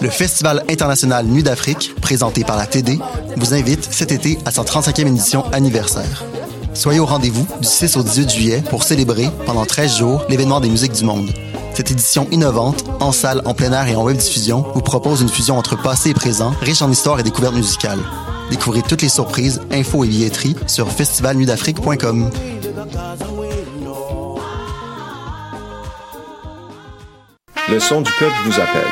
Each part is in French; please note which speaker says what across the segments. Speaker 1: le Festival international Nuit d'Afrique, présenté par la TD, vous invite cet été à sa 35e édition anniversaire. Soyez au rendez-vous du 6 au 18 juillet pour célébrer, pendant 13 jours, l'événement des musiques du monde. Cette édition innovante, en salle, en plein air et en web diffusion, vous propose une fusion entre passé et présent, riche en histoire et découvertes musicales. Découvrez toutes les surprises, infos et billetteries sur festivalnuitdafrique.com.
Speaker 2: Le son du peuple vous appelle.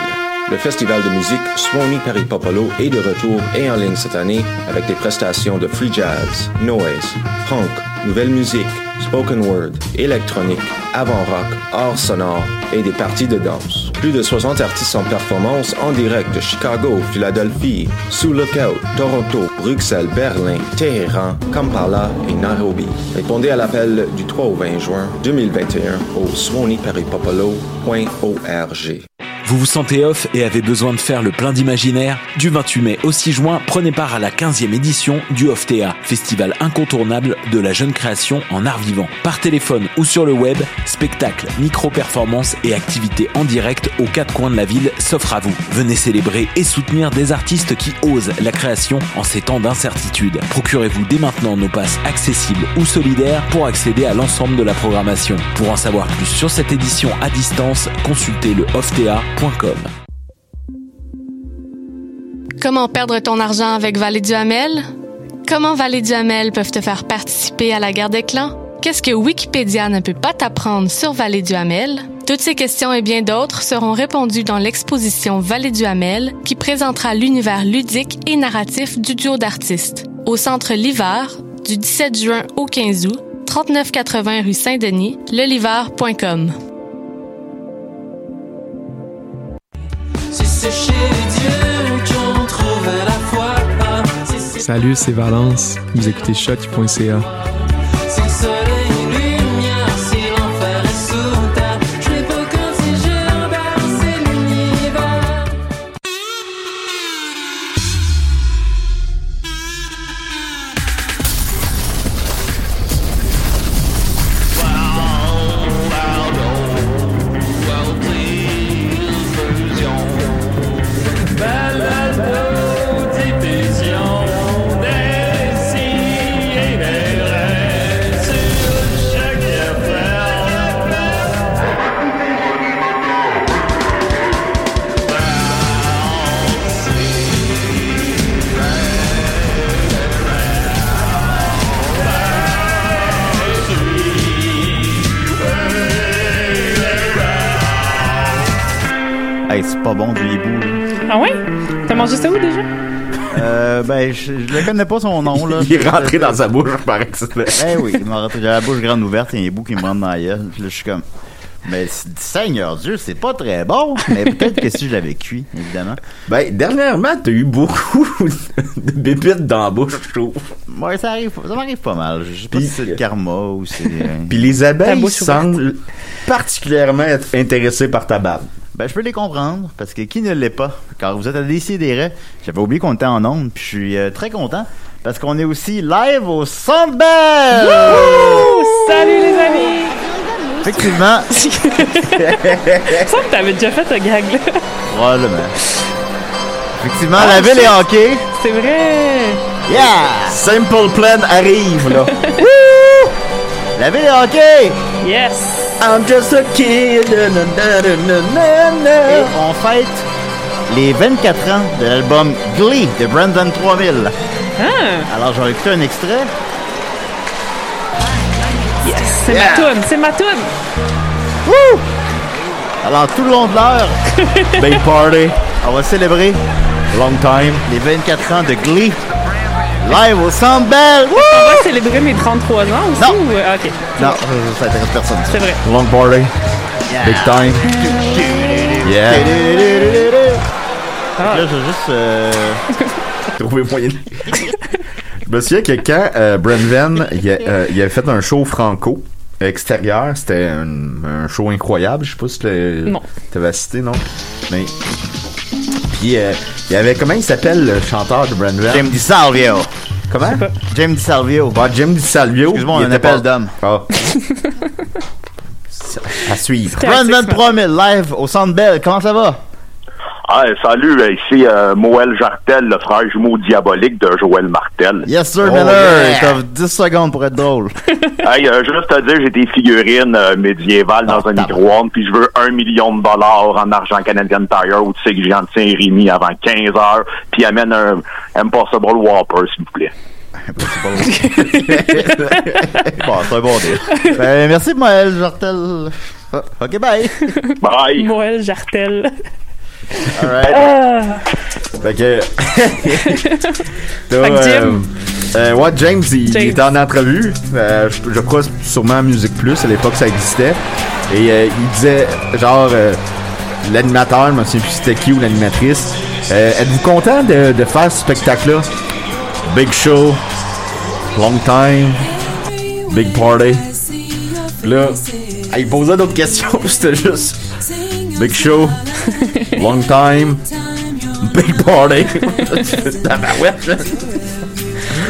Speaker 2: Le festival de musique Swami Paripopolo est de retour et en ligne cette année avec des prestations de free jazz, noise, funk, nouvelle musique, spoken word, électronique, avant-rock, art sonore et des parties de danse. Plus de 60 artistes en performance en direct de Chicago, Philadelphie, Sous Lookout, Toronto, Bruxelles, Berlin, Téhéran, Kampala et Nairobi. Répondez à l'appel du 3 au 20 juin 2021 au swaniparipopolo.org.
Speaker 3: Vous vous sentez off et avez besoin de faire le plein d'imaginaire Du 28 mai au 6 juin, prenez part à la 15e édition du OFTA, festival incontournable de la jeune création en art vivant. Par téléphone ou sur le web, spectacles, micro-performances et activités en direct aux quatre coins de la ville s'offrent à vous. Venez célébrer et soutenir des artistes qui osent la création en ces temps d'incertitude. Procurez-vous dès maintenant nos passes accessibles ou solidaires pour accéder à l'ensemble de la programmation. Pour en savoir plus sur cette édition à distance, consultez le OFTA
Speaker 4: Comment perdre ton argent avec Vallée Duhamel? Comment Vallée Duhamel peuvent te faire participer à la guerre des clans? Qu'est-ce que Wikipédia ne peut pas t'apprendre sur Vallée Duhamel? Toutes ces questions et bien d'autres seront répondues dans l'exposition Vallée Duhamel qui présentera l'univers ludique et narratif du duo d'artistes au centre L'Hiver du 17 juin au 15 août, 3980 rue Saint-Denis, leliver.com.
Speaker 5: Salut, c'est Valence. Vous écoutez choc.ca.
Speaker 6: Hey, c'est pas bon du hibou. là.
Speaker 7: Ah ouais? T'as mangé ça où déjà?
Speaker 6: Euh, ben, je, je le connais pas son nom, là.
Speaker 8: Il est rentré dans sa bouche par accident.
Speaker 6: Eh oui, il m'a rentré- j'ai la bouche grande ouverte et un bout qui me rentre dans la gueule. Puis là, je suis comme. Mais c'est- Seigneur Dieu, c'est pas très bon. Mais peut-être que si je l'avais cuit, évidemment.
Speaker 8: Ben, dernièrement, t'as eu beaucoup de bépites dans la bouche, je trouve.
Speaker 6: Ouais, ça arrive, ça m'arrive pas mal. Je sais pas si c'est le karma ou c'est. euh,
Speaker 8: Puis les
Speaker 7: Ta
Speaker 8: abeilles
Speaker 7: bouche
Speaker 8: semblent particulièrement être intéressées par ta barbe.
Speaker 6: Ben, je peux les comprendre, parce que qui ne l'est pas? Car vous êtes à Décideret. J'avais oublié qu'on était en ondes, puis je suis euh, très content, parce qu'on est aussi live au Centre Bell!
Speaker 7: Oh, salut les amis!
Speaker 6: Effectivement,
Speaker 7: Il me semble que t'avais déjà fait ce gag là.
Speaker 6: probablement. Effectivement,
Speaker 7: Ah,
Speaker 6: la ville
Speaker 7: c'est-
Speaker 6: est hockey.
Speaker 7: C'est vrai!
Speaker 6: Yeah!
Speaker 8: Simple Plan arrive, là.
Speaker 6: La ville est hockey!
Speaker 7: Yes!
Speaker 8: I'm just a kid. na, na, na, na, na,
Speaker 6: Et
Speaker 8: na.
Speaker 6: on fête les 24 ans de l'album Glee de Brandon 3000. Alors, j'aurais écouté un extrait.
Speaker 7: C'est ma toune! C'est ma toune!
Speaker 6: Alors, tout le long de l'heure,
Speaker 8: Big party.
Speaker 6: on va célébrer
Speaker 8: Long time.
Speaker 6: les 24 ans de Glee. Live au Centre Bell! Wouh!
Speaker 7: On va célébrer mes 33 ans aussi?
Speaker 6: Non.
Speaker 7: ou- ah, Ok,
Speaker 6: Non, ça, ça intéresse personne.
Speaker 7: c'est vrai.
Speaker 8: Long party. Big time. Yeah.
Speaker 7: Ah.
Speaker 6: Là, je veux juste. euh,
Speaker 8: Trouver moyen. de- Je me souviens que quand euh, Brenvan il, a- euh, il avait fait un show franco extérieur, c'était un, un show incroyable. Je sais pas si tu l'as-
Speaker 7: Non.
Speaker 8: t'avais assisté, non? Mais. Puis euh, il y avait comment il s'appelle le chanteur de Brenvan?
Speaker 6: James DiSalvio.
Speaker 8: Comment?
Speaker 6: James DiSalvio.
Speaker 8: Bah, Jim DiSalvio.
Speaker 6: Excuse-moi, on
Speaker 8: il
Speaker 6: a un
Speaker 8: était
Speaker 6: appel
Speaker 8: pas-
Speaker 6: d'homme.
Speaker 8: Ah. à suivre.
Speaker 7: Classique,
Speaker 6: Brandon
Speaker 7: ça.
Speaker 6: 3000 live au Centre Bell. Comment ça va?
Speaker 9: Ah, salut, ici euh, Moël Jartel, le frère jumeau diabolique de Joël Martel.
Speaker 6: Yes, sir,
Speaker 9: Oh,
Speaker 6: Miller!
Speaker 9: yeah.
Speaker 6: T'as 10 secondes pour être drôle.
Speaker 9: Hey, euh, je veux juste te dire, j'ai des figurines euh, médiévales dans un micro-ondes, puis je veux un million de dollars en argent Canadian Tire ou tu sais que j'en tiens Rémi avant 15 heures, puis amène un Impossible Whopper, s'il vous plaît.
Speaker 6: bon, c'est un bon deal. Ben, merci, Moël Jartel. Ah, OK, bye.
Speaker 9: Bye.
Speaker 7: Moël Jartel.
Speaker 6: All right.
Speaker 7: Ah,
Speaker 10: Fait que. T'as,
Speaker 7: Fait que Jim.
Speaker 10: euh, euh, ouais, James, il,
Speaker 7: James.
Speaker 10: il était en entrevue. Euh, je, je crois sûrement à Musique Plus, à l'époque ça existait. Et euh, il disait, genre, euh, l'animateur, je me souviens plus c'était qui ou l'animatrice, euh, êtes-vous content de, de faire ce spectacle-là Big show, long time, big party. Puis Là, il posait d'autres questions, puis c'était juste Big show, long time, big party. Tabarouette, là.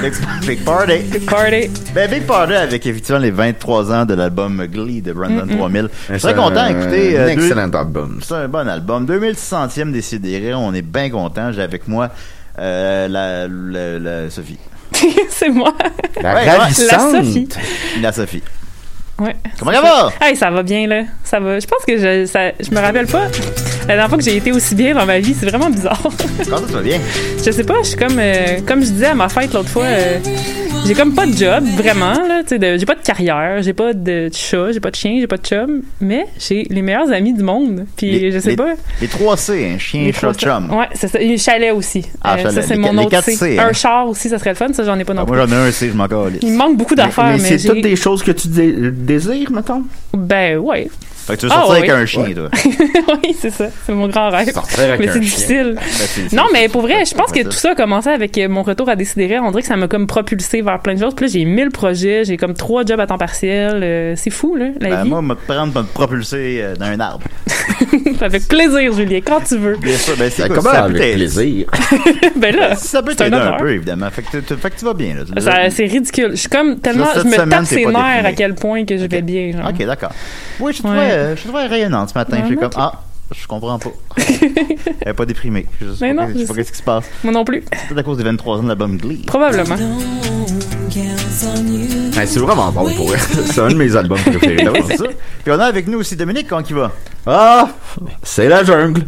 Speaker 6: Big, big party.
Speaker 7: big party.
Speaker 6: Ben, Big Party avec effectivement les 23 ans de l'album Glee de Brandon
Speaker 7: Mm-hmm.
Speaker 6: 3000. Je suis
Speaker 10: C'est
Speaker 6: très content,
Speaker 10: un-
Speaker 6: écoutez.
Speaker 10: Un
Speaker 6: euh, deux-
Speaker 10: excellent album.
Speaker 6: C'est un bon album. 2600e Décidéré, on est bien content. J'ai avec moi euh, la, la- la Sophie.
Speaker 7: c'est moi.
Speaker 10: La
Speaker 6: Ouais,
Speaker 10: ravissante.
Speaker 7: la Sophie.
Speaker 6: La Sophie.
Speaker 7: Ouais.
Speaker 6: Comment ça va?
Speaker 7: Hey, ça va bien, là. Ça va. Je pense que je, ça, je me rappelle pas. La dernière fois que j'ai été aussi bien dans ma vie, c'est vraiment bizarre.
Speaker 6: Comment ça va bien?
Speaker 7: Je sais pas, je suis comme euh, comme je disais à ma fête l'autre fois, euh, j'ai comme pas de job vraiment là, tu sais, de- j'ai pas de carrière, j'ai pas de chat, j'ai pas de chien, j'ai pas de chum, mais j'ai les meilleurs amis du monde. Puis
Speaker 6: Les-
Speaker 7: je sais
Speaker 6: les-
Speaker 7: pas.
Speaker 6: Les 3 C, un chien,
Speaker 7: les
Speaker 6: chat,
Speaker 7: trois-
Speaker 6: chum.
Speaker 7: Ouais, c'est ça. Et le chalet aussi. Euh,
Speaker 6: Ah, chalet.
Speaker 7: ça c'est
Speaker 6: Les
Speaker 7: mon
Speaker 6: qu- les
Speaker 7: autre
Speaker 6: quatre
Speaker 7: C.
Speaker 6: C, hein.
Speaker 7: Un char aussi, ça serait le fun. Ça j'en ai pas non
Speaker 6: Ah,
Speaker 7: plus.
Speaker 6: moi j'en ai un C, je m'en calisse.
Speaker 7: Il me manque beaucoup
Speaker 10: Mais,
Speaker 7: d'affaires,
Speaker 10: mais
Speaker 7: mais,
Speaker 10: c'est toutes
Speaker 7: j'ai.
Speaker 10: des choses que tu dé- désires, mettons.
Speaker 7: Ben ouais.
Speaker 6: Fait que tu veux
Speaker 7: Ah,
Speaker 6: sortir avec
Speaker 7: oui.
Speaker 6: un chien, toi.
Speaker 7: oui, c'est ça. C'est mon grand rêve.
Speaker 10: Sortir avec
Speaker 7: mais
Speaker 10: un
Speaker 7: c'est
Speaker 10: chien.
Speaker 7: difficile.
Speaker 6: Ben, c'est-
Speaker 7: Non,
Speaker 6: c'est-
Speaker 7: mais pour vrai, je pense que
Speaker 6: c'est
Speaker 7: tout ça a commencé avec euh, mon retour à Décideret. On dirait que ça m'a comme propulsé vers plein de choses. Puis là, j'ai mille projets, j'ai comme trois jobs à temps partiel. Euh, c'est fou, là, la
Speaker 6: Ben,
Speaker 7: vie.
Speaker 6: moi, me prendre pour me propulser euh, d'un arbre.
Speaker 7: avec plaisir, Julien, quand tu veux.
Speaker 6: Bien sûr, ben, c'est
Speaker 10: Ben,
Speaker 6: quoi,
Speaker 10: comment
Speaker 6: ça peut
Speaker 10: avec
Speaker 6: t'aider.
Speaker 10: plaisir?
Speaker 7: ben là,
Speaker 6: Ça peut
Speaker 7: c'est un
Speaker 6: t'aider un
Speaker 7: honneur.
Speaker 6: peu, évidemment. Fait que, tu- tu- fait que tu vas bien, là. Tu-
Speaker 7: ça- c'est ridicule. Je suis comme tellement.
Speaker 6: Là, cette
Speaker 7: je me
Speaker 6: semaine,
Speaker 7: tape
Speaker 6: t'es
Speaker 7: ses
Speaker 6: pas
Speaker 7: nerfs
Speaker 6: déprimé.
Speaker 7: à quel point que je vais
Speaker 6: Ok.
Speaker 7: bien. genre.
Speaker 6: Ok, d'accord. Oui, je te
Speaker 7: Ouais.
Speaker 6: trouvais, euh, je te trouvais rayonnante ce matin.
Speaker 7: Ouais,
Speaker 6: J'ai
Speaker 7: moi
Speaker 6: comme, ah, je comprends pas. Elle est pas déprimée. Je sais
Speaker 7: Mais
Speaker 6: pas,
Speaker 7: non,
Speaker 6: je sais
Speaker 7: je
Speaker 6: pas qu'est-ce qui se passe.
Speaker 7: Moi non plus.
Speaker 6: C'est à cause des 23 ans de l'album Glee.
Speaker 7: Probablement.
Speaker 10: Ben, c'est vraiment bon pour elle. C'est un de mes albums préférés. là,
Speaker 6: C'est ça. Puis on a avec nous aussi Dominique, quand il va.
Speaker 10: Ah! C'est la jungle.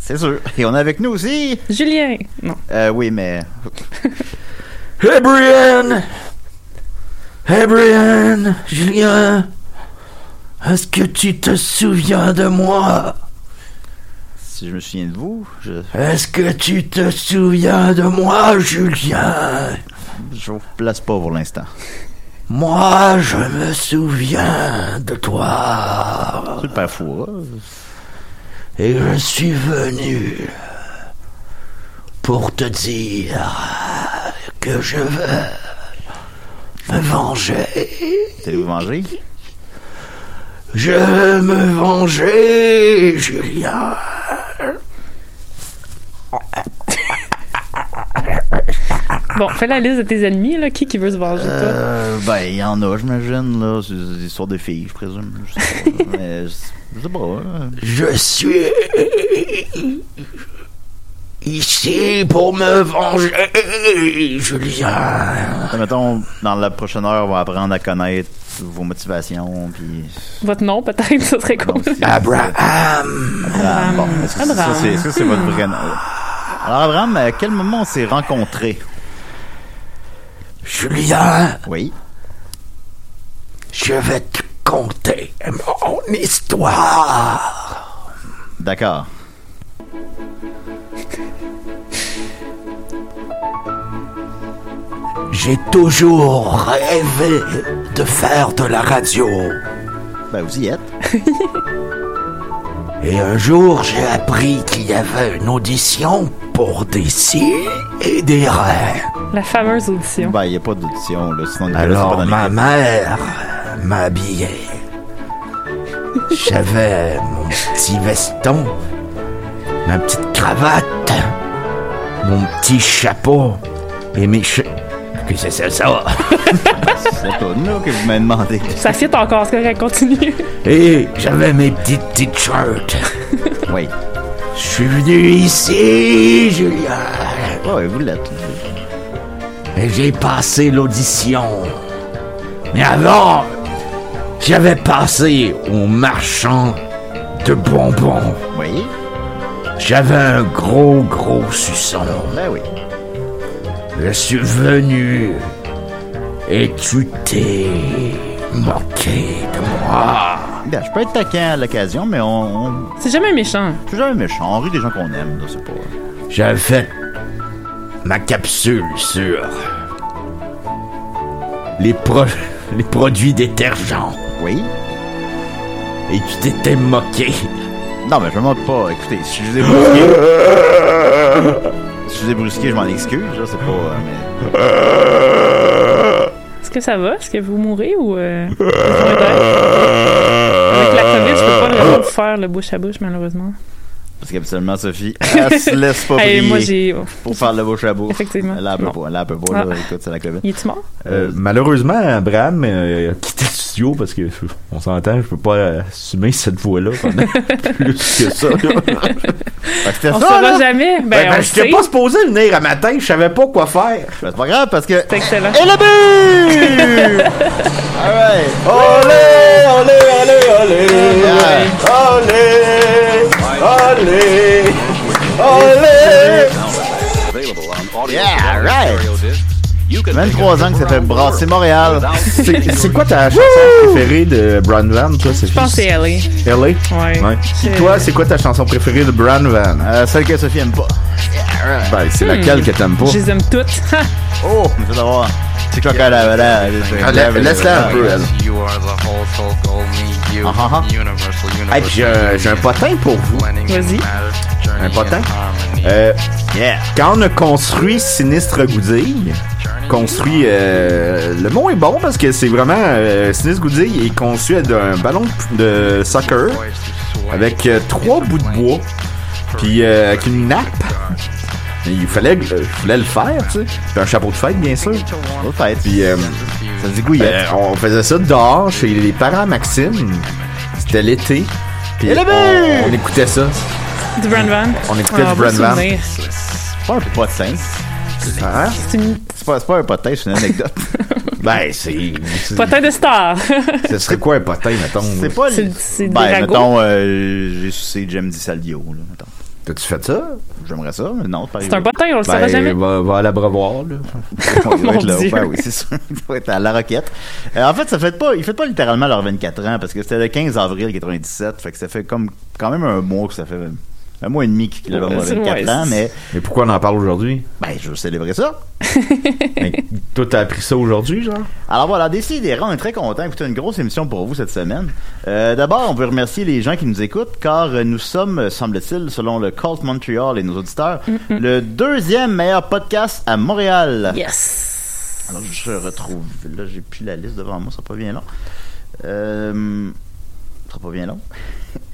Speaker 6: C'est sûr. Et on a avec nous aussi.
Speaker 7: Julien. Non.
Speaker 6: Euh, oui, mais.
Speaker 10: Hey Brian! Hey Brian! Julien! Est-ce que tu te souviens de moi?
Speaker 6: Si je me souviens de vous, je,
Speaker 10: Est-ce que tu te souviens de moi, Julien?
Speaker 6: je vous place pas pour l'instant.
Speaker 10: Moi, je me souviens de toi.
Speaker 6: C'est pas fou, hein?
Speaker 10: Et je suis venu pour te dire que je veux me venger.
Speaker 6: Vous allez vous manger?
Speaker 10: Je veux me venger, Julien.
Speaker 7: Bon, fais la liste de tes ennemis, là. Qui qui veut se venger de toi?
Speaker 6: Euh, ben, il y en a, j'imagine, là. C'est des histoires de filles, je présume. Je sais pas. mais, je, je sais pas. hein.
Speaker 10: Je suis ici pour me venger, Julien.
Speaker 6: Attends, Mettons, dans la prochaine heure, on va apprendre à connaître vos motivations, puis.
Speaker 7: Votre nom, peut-être, ça serait cool.
Speaker 6: Non, c'est-
Speaker 10: Abraham.
Speaker 6: Ah, bon, est-ce que
Speaker 7: Abraham.
Speaker 6: ça, c'est, est-ce que c'est votre vrai nom? Alors, Abraham, à quel moment on s'est rencontrés?
Speaker 10: Julien,
Speaker 6: Oui.
Speaker 10: je vais te conter mon histoire.
Speaker 6: D'accord.
Speaker 10: J'ai toujours rêvé de faire de la radio.
Speaker 6: Ben, vous y êtes.
Speaker 10: Et un jour, j'ai appris qu'il y avait une audition pour des si et des rêves.
Speaker 7: La fameuse audition.
Speaker 6: Ben, il n'y a pas d'audition, là. Sinon, on est pas
Speaker 10: Alors
Speaker 6: dans
Speaker 10: ma mère m'a habillé. J'avais mon petit veston, ma petite cravate, mon petit chapeau et mes che... Que c'est ça, ça?
Speaker 6: C'est pas nous que vous m'avez demandé.
Speaker 7: Ça fit encore, c'est correct, continue.
Speaker 10: Et j'avais mes petites t-shirts.
Speaker 6: Oui.
Speaker 8: Je suis venu ici, Julien.
Speaker 6: Ouais, vous l'êtes.
Speaker 8: Et j'ai passé l'audition. Mais avant, j'avais passé au marchand de bonbons.
Speaker 6: Oui.
Speaker 8: J'avais un gros, gros suçon.
Speaker 6: Ben oui.
Speaker 8: Je suis venu et tu t'es moqué de moi.
Speaker 6: Ben, je peux être taquin à l'occasion, mais on, on-
Speaker 7: C'est jamais méchant.
Speaker 6: C'est toujours un méchant. On rit des gens qu'on aime, là, c'est pas.
Speaker 8: J'avais fait ma capsule sur les, pro- les produits détergents.
Speaker 6: Oui.
Speaker 8: Et tu t'étais moqué.
Speaker 6: Non, mais je me moque pas. Écoutez, si je vous ai brusqué. si je vous ai brusqué, je m'en excuse, là, c'est pas. euh, mais-
Speaker 7: Est-ce que ça va? Est-ce que vous mourrez ou... euh, vous mourrez d'air? Avec la COVID, je peux pas vraiment vous faire le bouche à bouche, malheureusement.
Speaker 6: Parce qu'habituellement, Sophie, elle se laisse pas
Speaker 7: Hey,
Speaker 6: prier
Speaker 7: moi, j'ai... oh,
Speaker 6: pour faire le bouche à bouche.
Speaker 7: Effectivement.
Speaker 6: Là, elle peut
Speaker 7: Non.
Speaker 6: pas. Là, elle peut pas. Là,
Speaker 7: Ah.
Speaker 6: écoute, c'est la COVID.
Speaker 7: Il est-tu mort?
Speaker 6: Euh,
Speaker 8: malheureusement, Abraham euh, a quitté le studio parce que euh, on s'entend, je peux pas euh, assumer cette voix-là pendant plus que ça. là.
Speaker 6: Fait que c'était
Speaker 7: On
Speaker 6: ça, là.
Speaker 7: saura jamais. Ben,
Speaker 8: Ben,
Speaker 7: on
Speaker 8: ben,
Speaker 7: le
Speaker 8: j'étais
Speaker 7: sait.
Speaker 8: pas supposé venir à matin, je savais pas quoi faire.
Speaker 6: Ben, C'est pas grave parce que.
Speaker 7: C'est excellent.
Speaker 6: Et le but! Alright!
Speaker 8: Olé, olé, olé, olé,
Speaker 6: Ouais.
Speaker 8: olé, olé, olé.
Speaker 6: Yeah, right! 23 ans que ça fait brasser Montréal.
Speaker 8: C'est c'est quoi ta chanson préférée de Brand Van, toi?
Speaker 7: Je pense que c'est allé.
Speaker 8: LA? Ouais.
Speaker 7: Ouais.
Speaker 8: Puis toi, c'est quoi ta chanson préférée de Brand Van?
Speaker 6: Euh, celle que Sophie aime pas.
Speaker 8: Ben, c'est laquelle que t'aimes pas?
Speaker 7: Je les aime toutes.
Speaker 6: Oh, je vais d'avoir. C'est quoi qu'elle a
Speaker 8: Ah, la- Laisse-la un peu, elle.
Speaker 6: Ah, ah, ah.
Speaker 8: Hey, puis j'ai un- j'ai un potin pour vous.
Speaker 7: Vas-y.
Speaker 8: Un potin. Euh,
Speaker 6: Yeah!
Speaker 8: quand on a construit Sinistre Goudille, construit... euh, le mot est bon parce que c'est vraiment... euh, Sinistre Goudille est construit d'un ballon de de soccer avec euh, trois bouts de bois puis euh, avec une nappe. Il fallait, que- je voulais le faire, tu sais. Puis un chapeau de fête, bien sûr.
Speaker 6: Bonne fête.
Speaker 8: Puis... euh,
Speaker 6: Ça dit gouillette.
Speaker 8: Euh, on faisait ça dehors chez les parents à Maxime. C'était l'été. Puis
Speaker 6: Et le but!
Speaker 8: on, on écoutait ça.
Speaker 7: Du Brand Van.
Speaker 8: On écoutait
Speaker 7: Ah,
Speaker 8: du
Speaker 7: beau
Speaker 8: Brand Van.
Speaker 7: souvenir.
Speaker 6: c'est pas un potin.
Speaker 8: Hein?
Speaker 7: C'est une
Speaker 6: C'est pas, c'est pas un potin, c'est une anecdote.
Speaker 8: Ben, c'est. c'est-
Speaker 7: potin de star.
Speaker 8: Ce serait quoi un potin, mettons?
Speaker 6: c'est pas
Speaker 7: C'est-
Speaker 6: le-
Speaker 7: c'est des
Speaker 6: Ben,
Speaker 7: ragots.
Speaker 6: mettons, euh, j'ai sucé Jem Di Saldio, là. mettons.
Speaker 8: T'as-tu fait ça?
Speaker 6: J'aimerais ça, mais non,
Speaker 7: C'est un potin, on le saura
Speaker 8: Ben,
Speaker 7: jamais.
Speaker 8: va, va à l'abreuvoir, là.
Speaker 6: Il doit
Speaker 7: Oh Mon
Speaker 6: être là.
Speaker 7: Dieu.
Speaker 6: Ben oui, c'est sûr. Il doit être à la roquette. Euh, en fait, ça fait pas, il fait pas littéralement leurs 24 ans parce que c'était le 15 avril 97. Fait que ça fait comme, quand même un mois que ça fait, un mois et demi qu'il a
Speaker 7: Ouais, c'est-
Speaker 6: 24
Speaker 7: ouais,
Speaker 6: ans,
Speaker 7: c'est-
Speaker 6: mais,
Speaker 8: Mais pourquoi on en parle aujourd'hui?
Speaker 6: ben, je veux célébrer ça.
Speaker 8: Ben, toi, t'as appris ça aujourd'hui, genre?
Speaker 6: Alors voilà, Décidéra, on est très content. Écoutez, une grosse émission pour vous cette semaine. Euh, D'abord, on veut remercier les gens qui nous écoutent, car euh, nous sommes, euh, semble-t-il, selon le Cult Montreal et nos auditeurs, le deuxième meilleur podcast à Montréal.
Speaker 7: Yes.
Speaker 6: Alors, je retrouve. Là, j'ai plus la liste devant moi, ça sera pas bien long. Euh, ça sera pas bien long.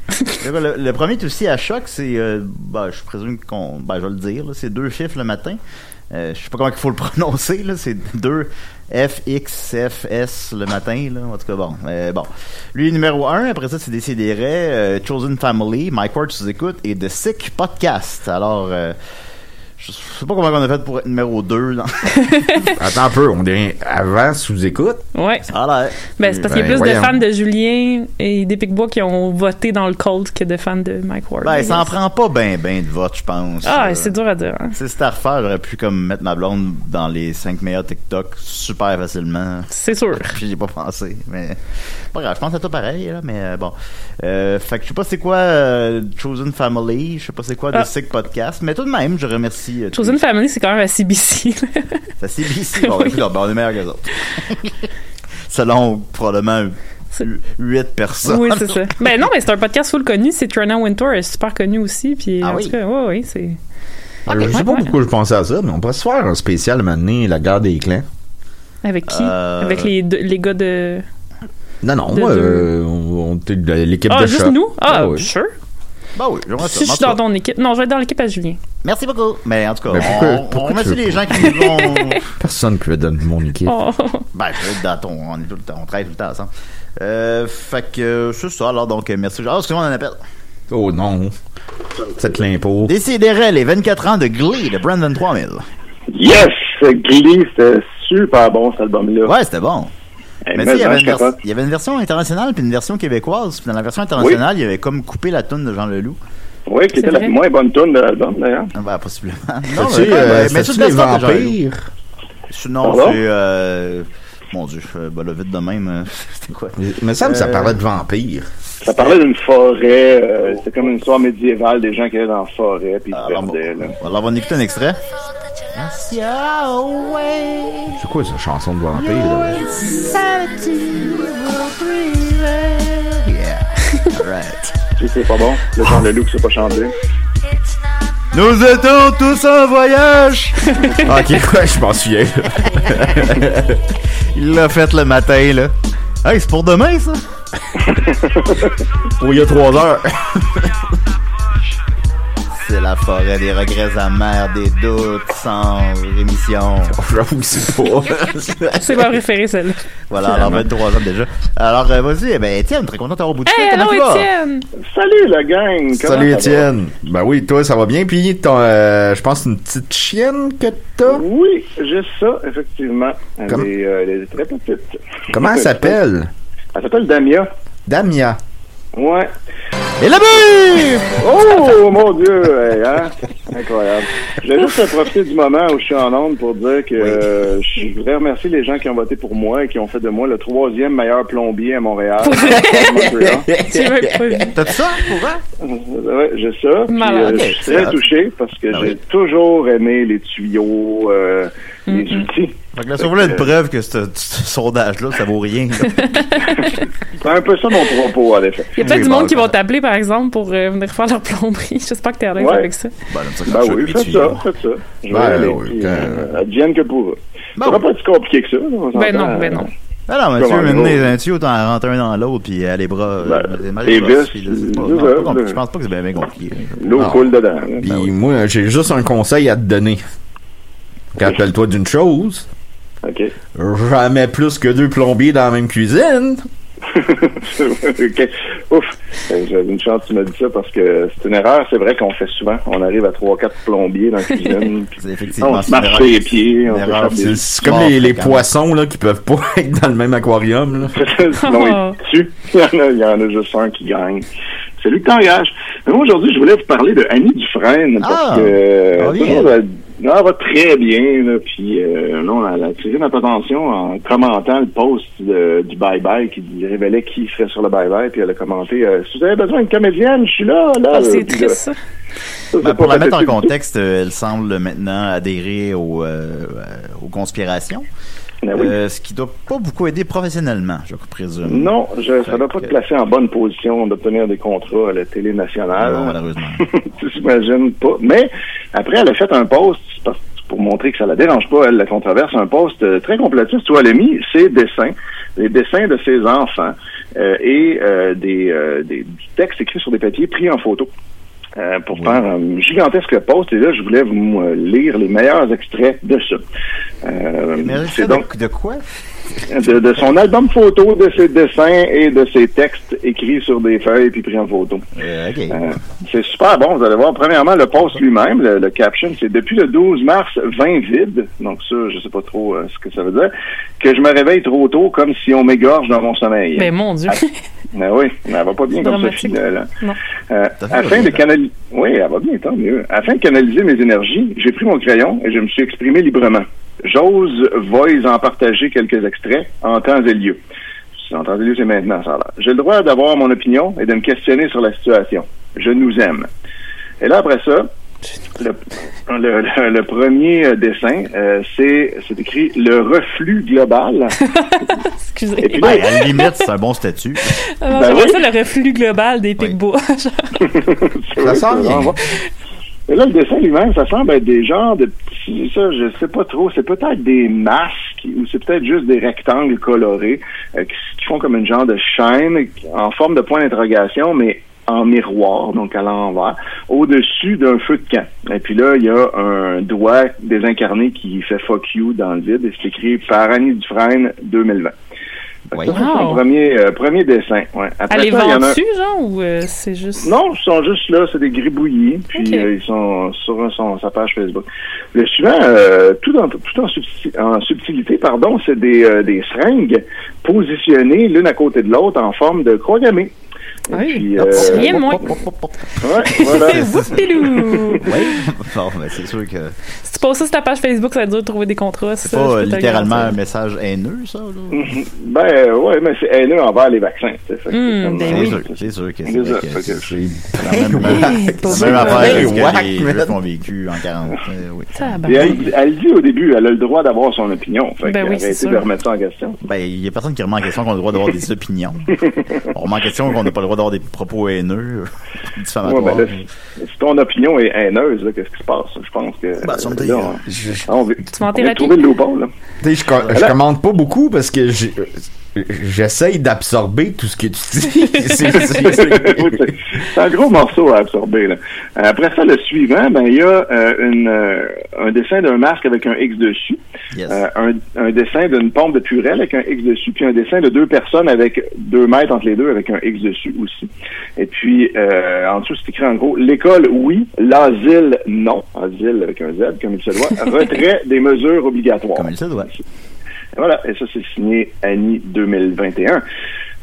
Speaker 6: le, le premier est aussi à choc, c'est. euh, ben, je présume qu'on. Ben, je vais le dire, là, c'est deux chiffres le matin. Euh, je sais pas comment il faut le prononcer, là, c'est deux FXFS le matin, là. En tout cas, bon. Euh, bon. Lui, numéro un, après ça, c'est Décidéré, euh, Chosen Family, Mike Ward, tu écoutes, et The Sick Podcast. Alors. euh, je sais pas comment on a fait pour être numéro 2 dans,
Speaker 8: Attends un peu, on est avant sous-écoute.
Speaker 7: Ouais.
Speaker 6: Ah là,
Speaker 7: Ben, c'est parce qu'il y a
Speaker 8: Ben,
Speaker 7: plus
Speaker 8: voyons.
Speaker 7: de fans de Julien et des Picbois qui ont voté dans le cold que de fans de Mike Ward.
Speaker 6: Ben, ça en prend pas ben ben de vote, je pense.
Speaker 7: Ah,
Speaker 6: Euh,
Speaker 7: c'est dur à dire. hein.
Speaker 6: Si c'était à refaire, j'aurais pu comme mettre ma blonde dans les 5 meilleurs TikTok super facilement.
Speaker 7: C'est sûr.
Speaker 6: Puis j'ai pas pensé, mais pas grave, je pense à toi pareil là, mais euh, bon. Euh, fait que je sais pas c'est quoi euh, Chosen Family, je sais pas c'est quoi
Speaker 7: Ah.
Speaker 6: The Sick Podcast, mais tout de même, je remercie euh, tous
Speaker 7: Chosen
Speaker 6: les-
Speaker 7: Family, c'est quand même à CBC. là.
Speaker 6: Ça c'est ici. Bon,
Speaker 7: Oui.
Speaker 6: écoute, ben, on est meilleurs que les autres. Selon probablement
Speaker 7: C'est-
Speaker 6: 8 personnes.
Speaker 7: oui, c'est ça. Ben non, mais c'est un podcast full connu. C'est Trina Winter, elle est super connue aussi. Puis
Speaker 6: Ah
Speaker 7: en
Speaker 6: oui? Ah,
Speaker 7: tout cas, ouais, ouais, c'est.
Speaker 8: Euh, je sais pas
Speaker 7: Ouais, ouais.
Speaker 8: pourquoi je pensais à ça, mais on pourrait se faire un spécial maintenant, la guerre des clans.
Speaker 7: Avec qui
Speaker 6: Euh,
Speaker 7: Avec les, deux- les gars de.
Speaker 8: Non, non,
Speaker 7: De
Speaker 8: moi,
Speaker 7: deux.
Speaker 8: euh, on, on t'es de l'équipe
Speaker 7: Ah,
Speaker 8: de
Speaker 7: juste
Speaker 8: choc.
Speaker 7: nous Ah,
Speaker 8: oui.
Speaker 7: sure.
Speaker 6: Bah oui, j'aimerais ça.
Speaker 7: Si je
Speaker 6: En
Speaker 7: suis
Speaker 6: tout cas,
Speaker 7: dans ton équipe. Non, je vais être dans l'équipe à Julien.
Speaker 6: Merci beaucoup. Mais en tout cas,
Speaker 8: Mais pourquoi-
Speaker 6: on,
Speaker 8: pourquoi
Speaker 6: on remercie
Speaker 8: tu veux
Speaker 6: les gens qui nous ont.
Speaker 8: Personne qui veut donner mon équipe.
Speaker 7: Oh.
Speaker 6: ben, je veux être dans ton- on, est tout le temps, on travaille tout le temps ensemble. Euh, fait que euh, c'est ça. Alors donc, euh, merci. Ah, excusez-moi, on en appelle.
Speaker 8: Oh non. C'est l'impôt.
Speaker 6: Décidérez les 24 ans de Glee de Brandon 3000.
Speaker 9: Yes! Glee, c'était super bon, cet album-là.
Speaker 6: Ouais, c'était bon.
Speaker 9: Eh,
Speaker 6: Mais tu
Speaker 9: mais
Speaker 6: sais, il y
Speaker 9: hein,
Speaker 6: avait
Speaker 9: je
Speaker 6: une vers-
Speaker 9: capote.
Speaker 6: il y avait une version internationale puis une version québécoise. Puis dans la version internationale, il y avait comme coupé la toune de Jean Leloup.
Speaker 9: Oui, qui était la
Speaker 7: vrai.
Speaker 9: moins bonne tune de l'album, d'ailleurs.
Speaker 6: Ah, Ben, possiblement.
Speaker 8: Non,
Speaker 6: Non,
Speaker 8: mais,
Speaker 6: mais-
Speaker 8: euh,
Speaker 6: mais
Speaker 8: c'est-tu
Speaker 6: tout
Speaker 8: les
Speaker 6: le reste, c'est Jean Leloup.
Speaker 8: vampires.
Speaker 6: Sinon,
Speaker 9: Pardon?
Speaker 6: c'est. euh, Mon Dieu, je- ben, le vite de même, euh, c'était quoi?
Speaker 8: Mais ça me semble que ça
Speaker 6: Euh,
Speaker 8: parlait de vampires.
Speaker 9: Ça parlait d'une forêt, euh, c'était comme une histoire médiévale des gens qui allaient dans la forêt, puis ils se
Speaker 6: Ah, Alors, bon,
Speaker 9: perdaient, là.
Speaker 6: alors, on écoute un extrait.
Speaker 8: C'est quoi cette chanson de vampires? là?
Speaker 6: Right.
Speaker 9: Tu sais, c'est pas bon. Le genre de loup qui s'est pas chanté.
Speaker 6: Nous étions tous en voyage!
Speaker 8: Ah, ok, ouais, je m'en souviens. là.
Speaker 6: Il l'a fait le matin, là. Hey, c'est pour demain, ça?
Speaker 8: Oh, il y a trois heures.
Speaker 6: C'est la forêt des regrets amers, des doutes, sans rémission.
Speaker 8: J'avoue que c'est pas.
Speaker 7: Ah, C'est ma préférée, celle-là.
Speaker 6: Voilà, alors 23 ans déjà. Alors, euh, vas-y, eh ben, Étienne, très content d'avoir au bout de
Speaker 7: Hey,
Speaker 6: fil, t'en as
Speaker 7: allô,
Speaker 6: plus voir.
Speaker 7: Étienne!
Speaker 9: Salut, la gang! Comment
Speaker 8: Salut
Speaker 9: ça va?
Speaker 8: Étienne. Ben oui, toi ça va bien. Puis ton, euh, je pense une petite chienne que t'as.
Speaker 9: Oui, j'ai ça, effectivement. Elle,
Speaker 8: Comme-
Speaker 9: est, euh, elle est très petite.
Speaker 8: Comment elle s'appelle?
Speaker 9: Elle s'appelle Damia.
Speaker 8: Damia.
Speaker 9: Ouais.
Speaker 6: Et le but!
Speaker 9: Oh mon Dieu! hey, hein? Incroyable. Je voulais juste profiter du moment où je suis en onde pour dire que euh, je voudrais remercier les gens qui ont voté pour moi et qui ont fait de moi le troisième meilleur plombier à Montréal. Montréal.
Speaker 7: Tu m'as pas vu.
Speaker 6: T'as tout ça pour vrai?
Speaker 9: Euh, Ouais, j'ai ça. Puis,
Speaker 7: Malade.
Speaker 9: euh,
Speaker 6: Ok,
Speaker 9: je suis très
Speaker 6: ça.
Speaker 9: touché parce que
Speaker 6: Ah
Speaker 9: j'ai
Speaker 6: oui.
Speaker 9: toujours aimé les tuyaux, euh,
Speaker 7: Mm,
Speaker 9: les outils.
Speaker 6: Fait que là, si on voulait une preuve que ce, ce sondage-là, ça vaut rien. là.
Speaker 9: C'est Ben, un peu ça mon propos, en effet.
Speaker 7: Il y a peut-être
Speaker 6: Oui, ben,
Speaker 7: du
Speaker 6: bon,
Speaker 7: monde qui
Speaker 6: bon.
Speaker 7: vont t'appeler, par exemple, pour euh, venir faire leur plomberie. J'espère que t'es à l'aise
Speaker 9: Ouais.
Speaker 7: avec ça.
Speaker 6: Ben, j'aime ça quand
Speaker 9: Ben
Speaker 6: je fais
Speaker 9: oui,
Speaker 6: mes
Speaker 9: faites
Speaker 6: tuyaux.
Speaker 9: ça, faites ça. Je vais
Speaker 8: Ben
Speaker 9: aller.
Speaker 8: oui,
Speaker 9: puis,
Speaker 8: quand-
Speaker 9: euh, advienne que pourra.
Speaker 6: Ben
Speaker 9: ça va
Speaker 6: oui.
Speaker 9: pas être si compliqué que ça. là, on
Speaker 7: Ben
Speaker 9: s'entend,
Speaker 7: non, ben
Speaker 9: euh,
Speaker 7: non.
Speaker 6: Ah non, mais tu
Speaker 9: Comment
Speaker 6: veux
Speaker 9: ça
Speaker 6: mener
Speaker 9: va?
Speaker 6: un tuyau, t'en rentres un dans l'autre, puis euh, les bras. euh,
Speaker 9: Ben,
Speaker 6: les mains,
Speaker 9: les
Speaker 6: bras,
Speaker 9: vis,
Speaker 6: puis je sais pas.
Speaker 9: les
Speaker 6: Non, c'est pas
Speaker 9: vis,
Speaker 6: compliqué.
Speaker 9: euh,
Speaker 6: Je pense pas que c'est bien, bien compliqué.
Speaker 9: L'eau
Speaker 8: Non.
Speaker 9: coule dedans. là.
Speaker 8: Puis moi j'ai juste un conseil à te donner. Rappelle-toi d'une chose.
Speaker 9: OK.
Speaker 8: Jamais plus que deux plombiers dans la même cuisine.
Speaker 9: OK. Ouf. Ben, J'avais une chance que tu m'as dit ça parce que c'est une erreur. C'est vrai qu'on fait souvent. On arrive à 3-4 plombiers dans la cuisine. puis
Speaker 6: C'est effectivement.
Speaker 9: on se
Speaker 6: c'est une
Speaker 9: marche
Speaker 6: erreur.
Speaker 9: les pieds. On
Speaker 6: Une erreur,
Speaker 9: s'échappe
Speaker 8: C'est
Speaker 9: des...
Speaker 8: c'est comme les, les poissons là qui peuvent pas être dans le même aquarium. Là.
Speaker 7: Oh.
Speaker 9: Sinon, il tue. Il y, en a, il y en a juste un qui gagne. C'est lui qui t'engage. Mais moi, aujourd'hui, je voulais vous parler de Annie Dufresne. Parce
Speaker 6: Ah!
Speaker 9: que. euh,
Speaker 6: Ah, bien.
Speaker 9: tout le monde a- non, elle va très bien. Là, puis, euh, non, elle a attiré notre attention en commentant le post de- du Bye Bye qui révélait qui serait sur le Bye Bye. Puis elle a commenté euh, Si vous avez besoin d'une comédienne, je suis là. là
Speaker 7: Ah, c'est
Speaker 9: Puis,
Speaker 7: triste,
Speaker 9: euh,
Speaker 7: ça.
Speaker 9: ça, c'est
Speaker 6: Ben, pour
Speaker 9: pas
Speaker 6: la mettre en
Speaker 9: facile du tout.
Speaker 6: contexte, euh, elle semble maintenant adhérer aux, euh, euh, aux conspirations,
Speaker 9: Ben oui.
Speaker 6: euh, ce qui doit pas beaucoup aider professionnellement, je présume.
Speaker 9: Non, je, ça ne va pas
Speaker 6: Fait
Speaker 9: te
Speaker 6: que-
Speaker 9: placer en bonne position d'obtenir des contrats à la télé nationale.
Speaker 6: Non, malheureusement.
Speaker 9: tu t'imagines pas. Mais après, elle a fait un post parce- pour montrer que ça la dérange pas, elle la controverse, un post euh, très complétiste où elle a mis ses dessins, les dessins de ses enfants euh, et euh, des, euh, des du texte écrit sur des papiers pris en photo. euh, pour faire un gigantesque post, et là, je voulais vous euh, lire les meilleurs extraits de ça. Euh,
Speaker 6: Mais elle
Speaker 9: c'est
Speaker 6: fait
Speaker 9: donc
Speaker 6: de, de quoi?
Speaker 9: de, de son album photo, de ses dessins et de ses textes écrits sur des feuilles puis pris en photo.
Speaker 6: Euh, ok.
Speaker 9: Euh, c'est super bon, vous allez voir. Premièrement, le post lui-même, le, le caption, c'est depuis le 12 mars, 20 vides. Donc ça, je sais pas trop euh, ce que ça veut dire. Que je me réveille trop tôt comme si on m'égorge dans mon sommeil.
Speaker 7: Ben, mon Dieu.
Speaker 9: Ben oui, mais elle va pas bien
Speaker 7: C'est
Speaker 9: comme
Speaker 7: dramatique.
Speaker 9: Sophie, là. là.
Speaker 7: Non.
Speaker 9: Euh,
Speaker 6: T'as fait
Speaker 9: afin
Speaker 6: bien,
Speaker 9: de
Speaker 6: là.
Speaker 9: canaliser... Oui, elle va bien, tant mieux. Afin de canaliser mes énergies, j'ai pris mon crayon et je me suis exprimé librement. J'ose voice en partager quelques extraits en temps et lieu. Si En temps et lieu, c'est maintenant, ça a l'air. J'ai le droit d'avoir mon opinion et de me questionner sur la situation. Je nous aime. Et là, après ça, le, le- le- le premier euh, dessin, euh, c'est c'est écrit « Le reflux global
Speaker 7: Excusez. ».
Speaker 9: Et puis
Speaker 6: Ben,
Speaker 9: là,
Speaker 6: à la limite, c'est un bon statut.
Speaker 7: Alors,
Speaker 9: Ben
Speaker 7: j'aimerais
Speaker 9: oui.
Speaker 7: ça le reflux global des pics bois.
Speaker 8: Ça sent bien.
Speaker 9: Et là, le dessin lui-même, ça semble être des genres de petits, ça, je sais pas trop, c'est peut-être des masques ou c'est peut-être juste des rectangles colorés euh, qui, qui font comme une genre de chaîne en forme de point d'interrogation, mais en miroir, donc à l'envers, au-dessus d'un feu de camp. Et puis là, il y a un doigt désincarné qui fait fuck you dans le vide et c'est écrit par Annie Dufresne 2020. Fait que ça,
Speaker 7: Ah,
Speaker 9: c'est son premier, euh, premier dessin. Ouais. Après
Speaker 7: Elle est
Speaker 9: ça, il y en a-
Speaker 7: vendue, genre, ou euh, c'est juste.
Speaker 9: Non, ils sont juste là, c'est des gribouillis, puis
Speaker 7: Ok.
Speaker 9: euh, ils sont sur un- son- sa page Facebook. Le suivant, euh, tout, en, tout en, subti- en subtilité, pardon, c'est des, euh, des seringues positionnées l'une à côté de l'autre en forme de croix gammée. Et puis, euh,
Speaker 7: Ah Rien moins.
Speaker 9: Ouais, voilà.
Speaker 7: Whoopilou!
Speaker 6: Bon, mais c'est sûr que
Speaker 7: Si tu passes ça sur ta page Facebook, ça va être dur de trouver des contrats.
Speaker 6: c'est pas euh, littéralement un message haineux, ça. Là.
Speaker 9: ben euh, ouais, mais c'est haineux envers les vaccins. tu sais, fait que
Speaker 7: Hmm,
Speaker 9: c'est comme-
Speaker 7: ben
Speaker 6: C'est
Speaker 7: oui.
Speaker 6: sûr, c'est sûr que c'est
Speaker 9: C'est
Speaker 6: vrai
Speaker 9: ça, fait
Speaker 6: que
Speaker 9: que
Speaker 6: c'est la même,
Speaker 7: pour
Speaker 6: la même
Speaker 7: vrai.
Speaker 6: affaire que
Speaker 8: Hey,
Speaker 6: ce que
Speaker 8: whack,
Speaker 6: les
Speaker 8: man.
Speaker 6: Juifs ont vécu en 40. euh, oui.
Speaker 9: Et elle, elle dit au début, elle a le droit d'avoir son opinion. Fait
Speaker 7: Ben
Speaker 9: que
Speaker 7: oui, c'est
Speaker 9: arrêtez
Speaker 7: sûr.
Speaker 9: de remettre ça en question.
Speaker 6: Ben, il y a personne qui remet en question qu'on a le droit d'avoir des opinions. On remet en question qu'on n'a pas le droit d'avoir des propos haineux, euh,
Speaker 9: Ouais,
Speaker 6: diffamatoires.
Speaker 9: ben là, si ton opinion est haineuse, là, qu'est-ce qui se passe? Je pense que.
Speaker 6: Ben, ça me dit,
Speaker 9: là,
Speaker 6: euh,
Speaker 9: on-
Speaker 8: Je- je-
Speaker 9: Ah, on veut,
Speaker 7: vas en
Speaker 9: on veut
Speaker 7: thérapie?
Speaker 9: trouver le loophole. là.
Speaker 8: Tu sais, je, co- je commande pas beaucoup parce que j'ai- j'essaye d'absorber tout ce que tu dis. C'est- c'est- c'est-
Speaker 9: C'est un gros morceau à absorber. Là. Euh, Après ça, le suivant, ben il y a euh, une, euh, un dessin d'un masque avec un X dessus,
Speaker 6: Yes.
Speaker 9: euh, un, un dessin d'une pompe de purée avec un X dessus, puis un dessin de deux personnes avec deux mètres entre les deux avec un X dessus aussi. Et puis, euh, en dessous, c'est écrit en gros, l'école, oui, l'asile, non. Asile avec un Z, comme il se doit. Retrait des mesures obligatoires.
Speaker 6: Comme il se doit.
Speaker 9: Et Voilà, et ça, c'est signé Annie 2021.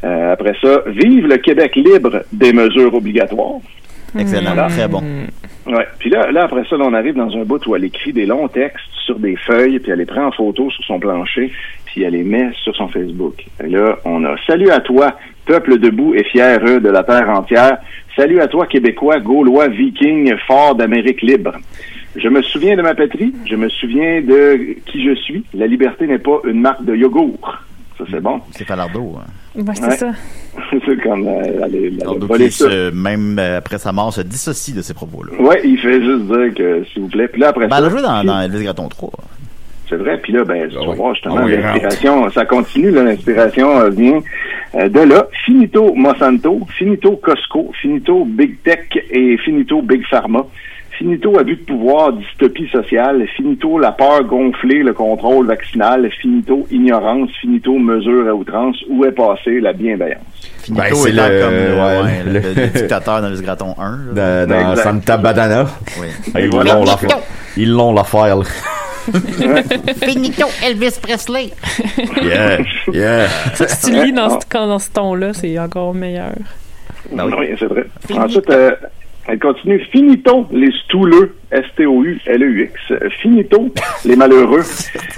Speaker 9: Euh, après ça, vive le Québec libre des mesures obligatoires.
Speaker 6: Excellent,
Speaker 7: Mm.
Speaker 6: très bon.
Speaker 9: Ouais. Puis là, là, après ça, là, on arrive dans un bout où elle écrit des longs textes sur des feuilles, puis elle les prend en photo sur son plancher, puis elle les met sur son Facebook. Et là, on a Salut à toi, peuple debout et fier heureux de la terre entière. Salut à toi, Québécois, Gaulois, Vikings, fort d'Amérique libre. Je me souviens de ma patrie, je me souviens de qui je suis. La liberté n'est pas une marque de yogourt. Ça, c'est bon.
Speaker 6: C'est Falardeau. hein.
Speaker 7: Ouais, c'est
Speaker 9: Ouais.
Speaker 7: ça.
Speaker 9: c'est comme euh, elle, elle- elle a
Speaker 6: Falardeau
Speaker 9: volé
Speaker 6: qui,
Speaker 9: ça.
Speaker 6: se- même euh, après sa mort, se dissocie de ces propos-là.
Speaker 9: Ouais, il fait juste dire que, s'il vous plaît. Puis là, après
Speaker 6: Ben,
Speaker 9: ça.
Speaker 6: elle a joué dans, dans Elvis Graton 3.
Speaker 9: C'est vrai. Puis là, ben, tu vas
Speaker 8: oui.
Speaker 9: voir, justement,
Speaker 8: Ah oui,
Speaker 9: l'inspiration, ça continue, là, l'inspiration euh, vient euh, de là. Finito Monsanto, finito Costco, finito Big Tech et finito Big Pharma. Finito abus de pouvoir, dystopie sociale, finito la peur gonflée, le contrôle vaccinal, finito ignorance, finito mesure à outrance, où est passée la bienveillance?
Speaker 6: Finito
Speaker 8: Ben, c'est
Speaker 6: étant
Speaker 8: le-
Speaker 6: comme le, ouais,
Speaker 8: le-
Speaker 6: le- le dictateur d'Elvis Graton 1. là.
Speaker 8: dans dans
Speaker 9: Exact.
Speaker 8: Santa Badana.
Speaker 6: Oui.
Speaker 8: Ah, Ils
Speaker 9: euh,
Speaker 8: l'ont l'affaire. Ils l'ont l'affaire. là.
Speaker 11: Finito Elvis Presley.
Speaker 8: Yeah. Yeah.
Speaker 7: Ça, si tu le lis dans
Speaker 9: Ah.
Speaker 7: ce, quand- dans ce ton-là, c'est encore meilleur.
Speaker 9: Ben oui, c'est vrai. Ensuite, euh, elle continue. Finito les stouleux, E S-T-O-U-L-E-U-X. Finito les malheureux.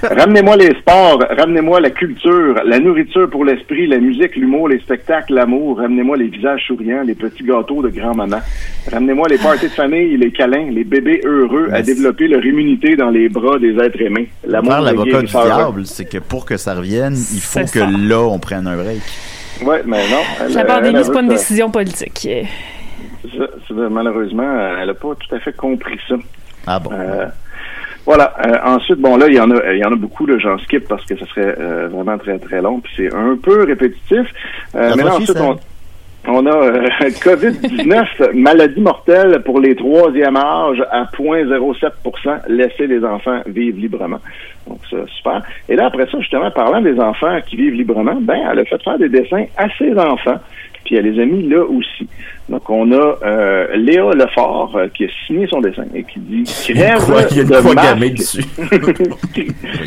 Speaker 9: Ramenez-moi les sports, ramenez-moi la culture, la nourriture pour l'esprit, la musique, l'humour, les spectacles, l'amour. Ramenez-moi les visages souriants, les petits gâteaux de grand-maman. Ramenez-moi les parties de famille, les câlins, les bébés heureux à
Speaker 6: Ben, c'est-
Speaker 9: développer leur immunité dans les bras des êtres aimés. L'amour
Speaker 6: Faire
Speaker 9: des
Speaker 6: l'avocat du
Speaker 9: guérisseurs.
Speaker 6: diable, c'est que pour que ça revienne, il faut
Speaker 7: C'est
Speaker 6: que
Speaker 7: ça.
Speaker 6: là, on prenne un break.
Speaker 9: Ouais, mais non. elle-
Speaker 7: La
Speaker 9: elle
Speaker 7: pandémie,
Speaker 9: a
Speaker 7: c'est pas une
Speaker 9: juste, euh,
Speaker 7: décision politique. Yeah.
Speaker 9: ça, c'est- Malheureusement, elle a pas tout à fait compris ça.
Speaker 6: Ah bon.
Speaker 9: Euh, voilà. Euh, ensuite, bon là, il y en a, il y en a beaucoup. Là, j'en skip parce que ça serait euh, vraiment très très long. Puis c'est un peu répétitif. Euh,
Speaker 6: La
Speaker 9: mais là,
Speaker 6: voici,
Speaker 9: ensuite,
Speaker 6: ça.
Speaker 9: on, on a euh, COVID-19, maladie mortelle pour les troisième âge à 0,07%. Laissez les enfants vivre librement. Donc ça, super. Et là, après ça, justement, parlant des enfants qui vivent librement, ben, elle a fait faire des dessins à ses enfants. Puis elle les a mis là aussi. Donc on a euh, Léa Lefort euh, qui a signé son dessin et qui dit
Speaker 8: Il
Speaker 9: crève
Speaker 8: croit- Il y a une
Speaker 9: de
Speaker 8: croix
Speaker 9: masque.
Speaker 8: gammée dessus.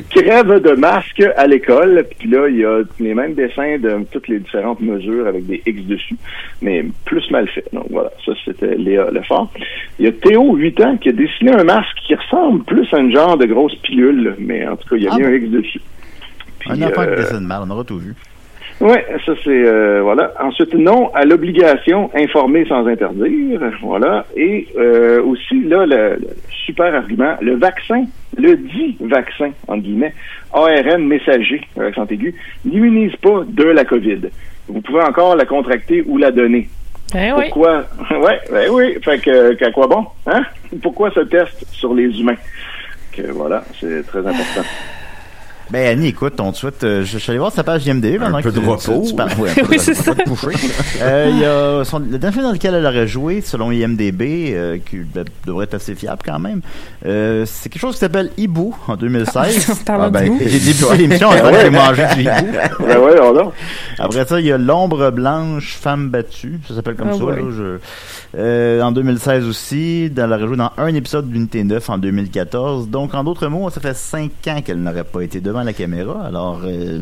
Speaker 9: crève de masque à l'école. Puis là, il y a les mêmes dessins de toutes les différentes mesures avec des X dessus, mais plus mal fait. Donc voilà, ça c'était Léa Lefort. Il y a Théo, 8 ans, qui a dessiné un masque qui ressemble plus à une genre de grosse pilule, mais en tout cas, il y a
Speaker 6: Ah
Speaker 9: mis
Speaker 6: bon.
Speaker 9: un X dessus. Puis,
Speaker 6: un enfant
Speaker 9: euh,
Speaker 6: qui dessine mal, on aura tout vu.
Speaker 9: oui, ça c'est euh, voilà. Ensuite, non à l'obligation informer sans interdire, voilà. Et euh, aussi là le, le super argument, le vaccin, le dit vaccin en guillemets, ARN messager avec accent aigu, n'immunise pas de la COVID. Vous pouvez encore la contracter ou la donner.
Speaker 7: Ben oui.
Speaker 9: Pourquoi Ouais, ben oui. Fait que euh, qu'à quoi bon Hein Pourquoi ce test sur les humains Que voilà, c'est très important.
Speaker 6: Ben Annie, écoute, on te souhaite. euh, je, je suis allé voir sa page IMDb pendant
Speaker 8: peu
Speaker 6: que
Speaker 8: de
Speaker 6: tu-
Speaker 8: repos.
Speaker 6: tu- tu parles. Ouais, un peu
Speaker 8: Oui,
Speaker 6: de-
Speaker 8: c'est ça.
Speaker 6: pas de coucher. Euh, il y a son- le dernier film dans lequel elle aurait joué, selon IMDb, euh, qui ben, devrait être assez fiable quand même. euh, c'est quelque chose qui s'appelle Hibou en 2016.
Speaker 7: En parlant d'hibou.
Speaker 6: Ah, ben, J'ai débuté l'émission en train
Speaker 8: Ouais.
Speaker 6: de manger du hibou.
Speaker 8: Ben ouais,
Speaker 6: Après ça, il y a L'ombre blanche, femme battue. Ça s'appelle comme
Speaker 8: Ah
Speaker 6: ça.
Speaker 8: ouais.
Speaker 6: là, je- Euh, en 2016 aussi, elle aurait joué dans un épisode d'Unité 9 en 2014. Donc, en d'autres mots, ça fait cinq ans qu'elle n'aurait pas été devant la caméra. Alors, euh,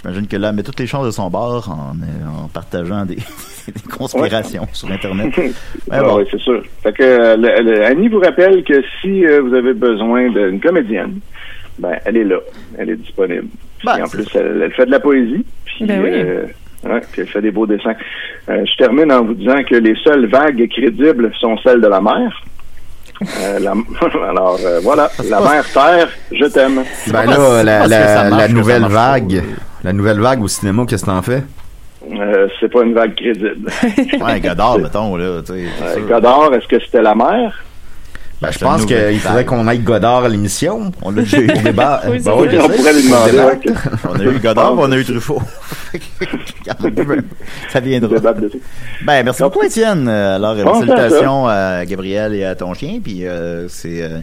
Speaker 6: j'imagine que là, elle met toutes les chances de son bord en, euh, en partageant des, des conspirations sur Internet. Mais
Speaker 9: Ah
Speaker 6: bon.
Speaker 9: oui, c'est sûr. Fait que, euh, le- le- Annie vous rappelle que si euh, vous avez besoin d'une comédienne, ben, elle est là. Elle est disponible. Puis en plus, elle, elle fait de la poésie. Puis,
Speaker 7: Ben oui.
Speaker 9: euh, ouais, puis elle fait des beaux dessins. Euh, je termine en vous disant que les seules vagues crédibles sont celles de la mer. Euh, la- Alors, euh, voilà. La mer, terre, je t'aime.
Speaker 8: Ben là, la, la, la nouvelle vague. La nouvelle vague au cinéma, qu'est-ce que t'en fais?
Speaker 9: Euh, c'est pas une vague crédible.
Speaker 6: ouais, Godard, mettons, là, tu sais.
Speaker 9: Euh, Godard, est-ce que c'était la mer?
Speaker 8: Ben, je pense qu'il faudrait qu'on aille Godard à l'émission.
Speaker 6: On
Speaker 8: l'a
Speaker 9: déjà eu.
Speaker 6: bah,
Speaker 8: débat.
Speaker 9: Oui, c'est vrai. On pourrait lui demander, ouais.
Speaker 6: On a eu Godard, on a eu Truffaut. ça viendra. Ben, merci beaucoup, Étienne. Euh, Alors, euh,
Speaker 9: Bon,
Speaker 6: salutations à Gabriel et à ton chien, puis euh, c'est euh,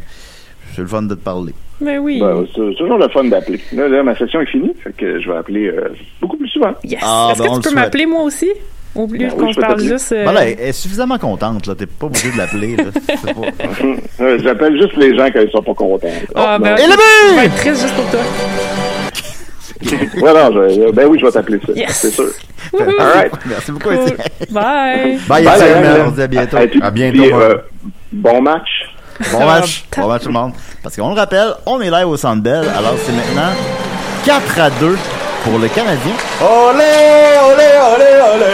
Speaker 6: c'est le fun de te parler.
Speaker 7: Mais oui.
Speaker 9: Ben, c'est c'est toujours le fun d'appeler. Là, là, ma session est finie, fait que je vais appeler euh, beaucoup plus souvent. Ben
Speaker 7: Yes.
Speaker 6: Ah,
Speaker 7: Est-ce
Speaker 6: ben, on
Speaker 7: que tu
Speaker 6: le
Speaker 7: peux
Speaker 6: souhaite.
Speaker 7: m'appeler moi aussi? Au lieu
Speaker 9: oui,
Speaker 7: qu'on
Speaker 9: je
Speaker 7: se
Speaker 9: peux
Speaker 7: parle
Speaker 9: t'appeler.
Speaker 7: juste. euh,
Speaker 6: Voilà, ben, elle est suffisamment contente, là. T'es pas obligé de l'appeler, là. C'est pas-
Speaker 9: Euh, J'appelle juste les gens quand ils sont pas contents.
Speaker 7: Ah, ben,
Speaker 6: Et le
Speaker 7: je vais être triste juste pour toi.
Speaker 9: voilà, je- ben oui, je vais t'appeler ça,
Speaker 7: Yes.
Speaker 9: c'est sûr.
Speaker 7: Wouhou.
Speaker 9: All right.
Speaker 6: Merci beaucoup,
Speaker 7: Cool.
Speaker 6: Étienne.
Speaker 7: Bye.
Speaker 8: Bye,
Speaker 9: la
Speaker 8: Étienne.
Speaker 9: gang,
Speaker 8: On se dit à bientôt.
Speaker 9: Et puis-
Speaker 8: À bientôt,
Speaker 9: puis,
Speaker 8: moi.
Speaker 9: euh, bon match.
Speaker 6: Bon match. Bon match, tout le monde. Parce qu'on le rappelle, on est live au Centre Bell. Alors, c'est maintenant 4 à 2 pour le Canadien.
Speaker 8: Olé, olé, olé, olé.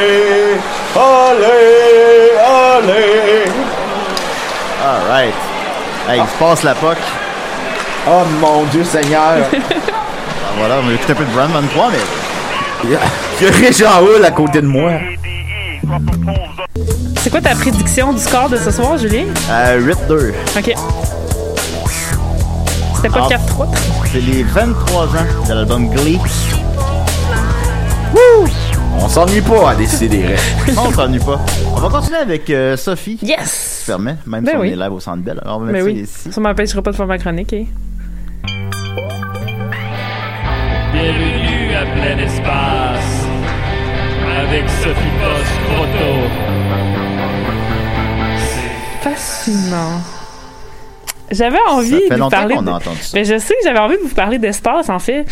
Speaker 8: Olé, olé.
Speaker 6: All right. Hey, il se passe la POC.
Speaker 8: Oh mon Dieu Seigneur.
Speaker 6: Ah, voilà, on a écouté un peu de Brand 23, mais...
Speaker 8: Il y a- il y a Richard Hull à côté de moi.
Speaker 7: C'est quoi ta prédiction du score de ce soir, Julien?
Speaker 6: Euh, 8-2.
Speaker 7: OK. C'était pas
Speaker 6: Ah.
Speaker 7: 4-3.
Speaker 6: C'est les 23 ans de l'album Glee. Wouh!
Speaker 8: On s'ennuie pas à décider.
Speaker 6: Non, on s'ennuie pas. On va continuer avec euh, Sophie.
Speaker 7: Yes!
Speaker 6: Si tu permets, même
Speaker 7: Ben
Speaker 6: si on
Speaker 7: oui.
Speaker 6: est live au Centre Bell. Alors, ben, on va
Speaker 7: Mais
Speaker 6: mettre
Speaker 7: oui,
Speaker 6: ça
Speaker 7: ça m'empêchera pas de faire ma chronique. eh.
Speaker 12: Bienvenue à plein espace avec Sophie Post-Proto.
Speaker 7: Fascinant. J'avais envie
Speaker 6: fait
Speaker 7: de vous
Speaker 6: longtemps
Speaker 7: parler.
Speaker 6: qu'on a
Speaker 7: de- Ben-
Speaker 6: entendu ça.
Speaker 7: Mais je sais que j'avais envie de vous parler d'espace, en fait.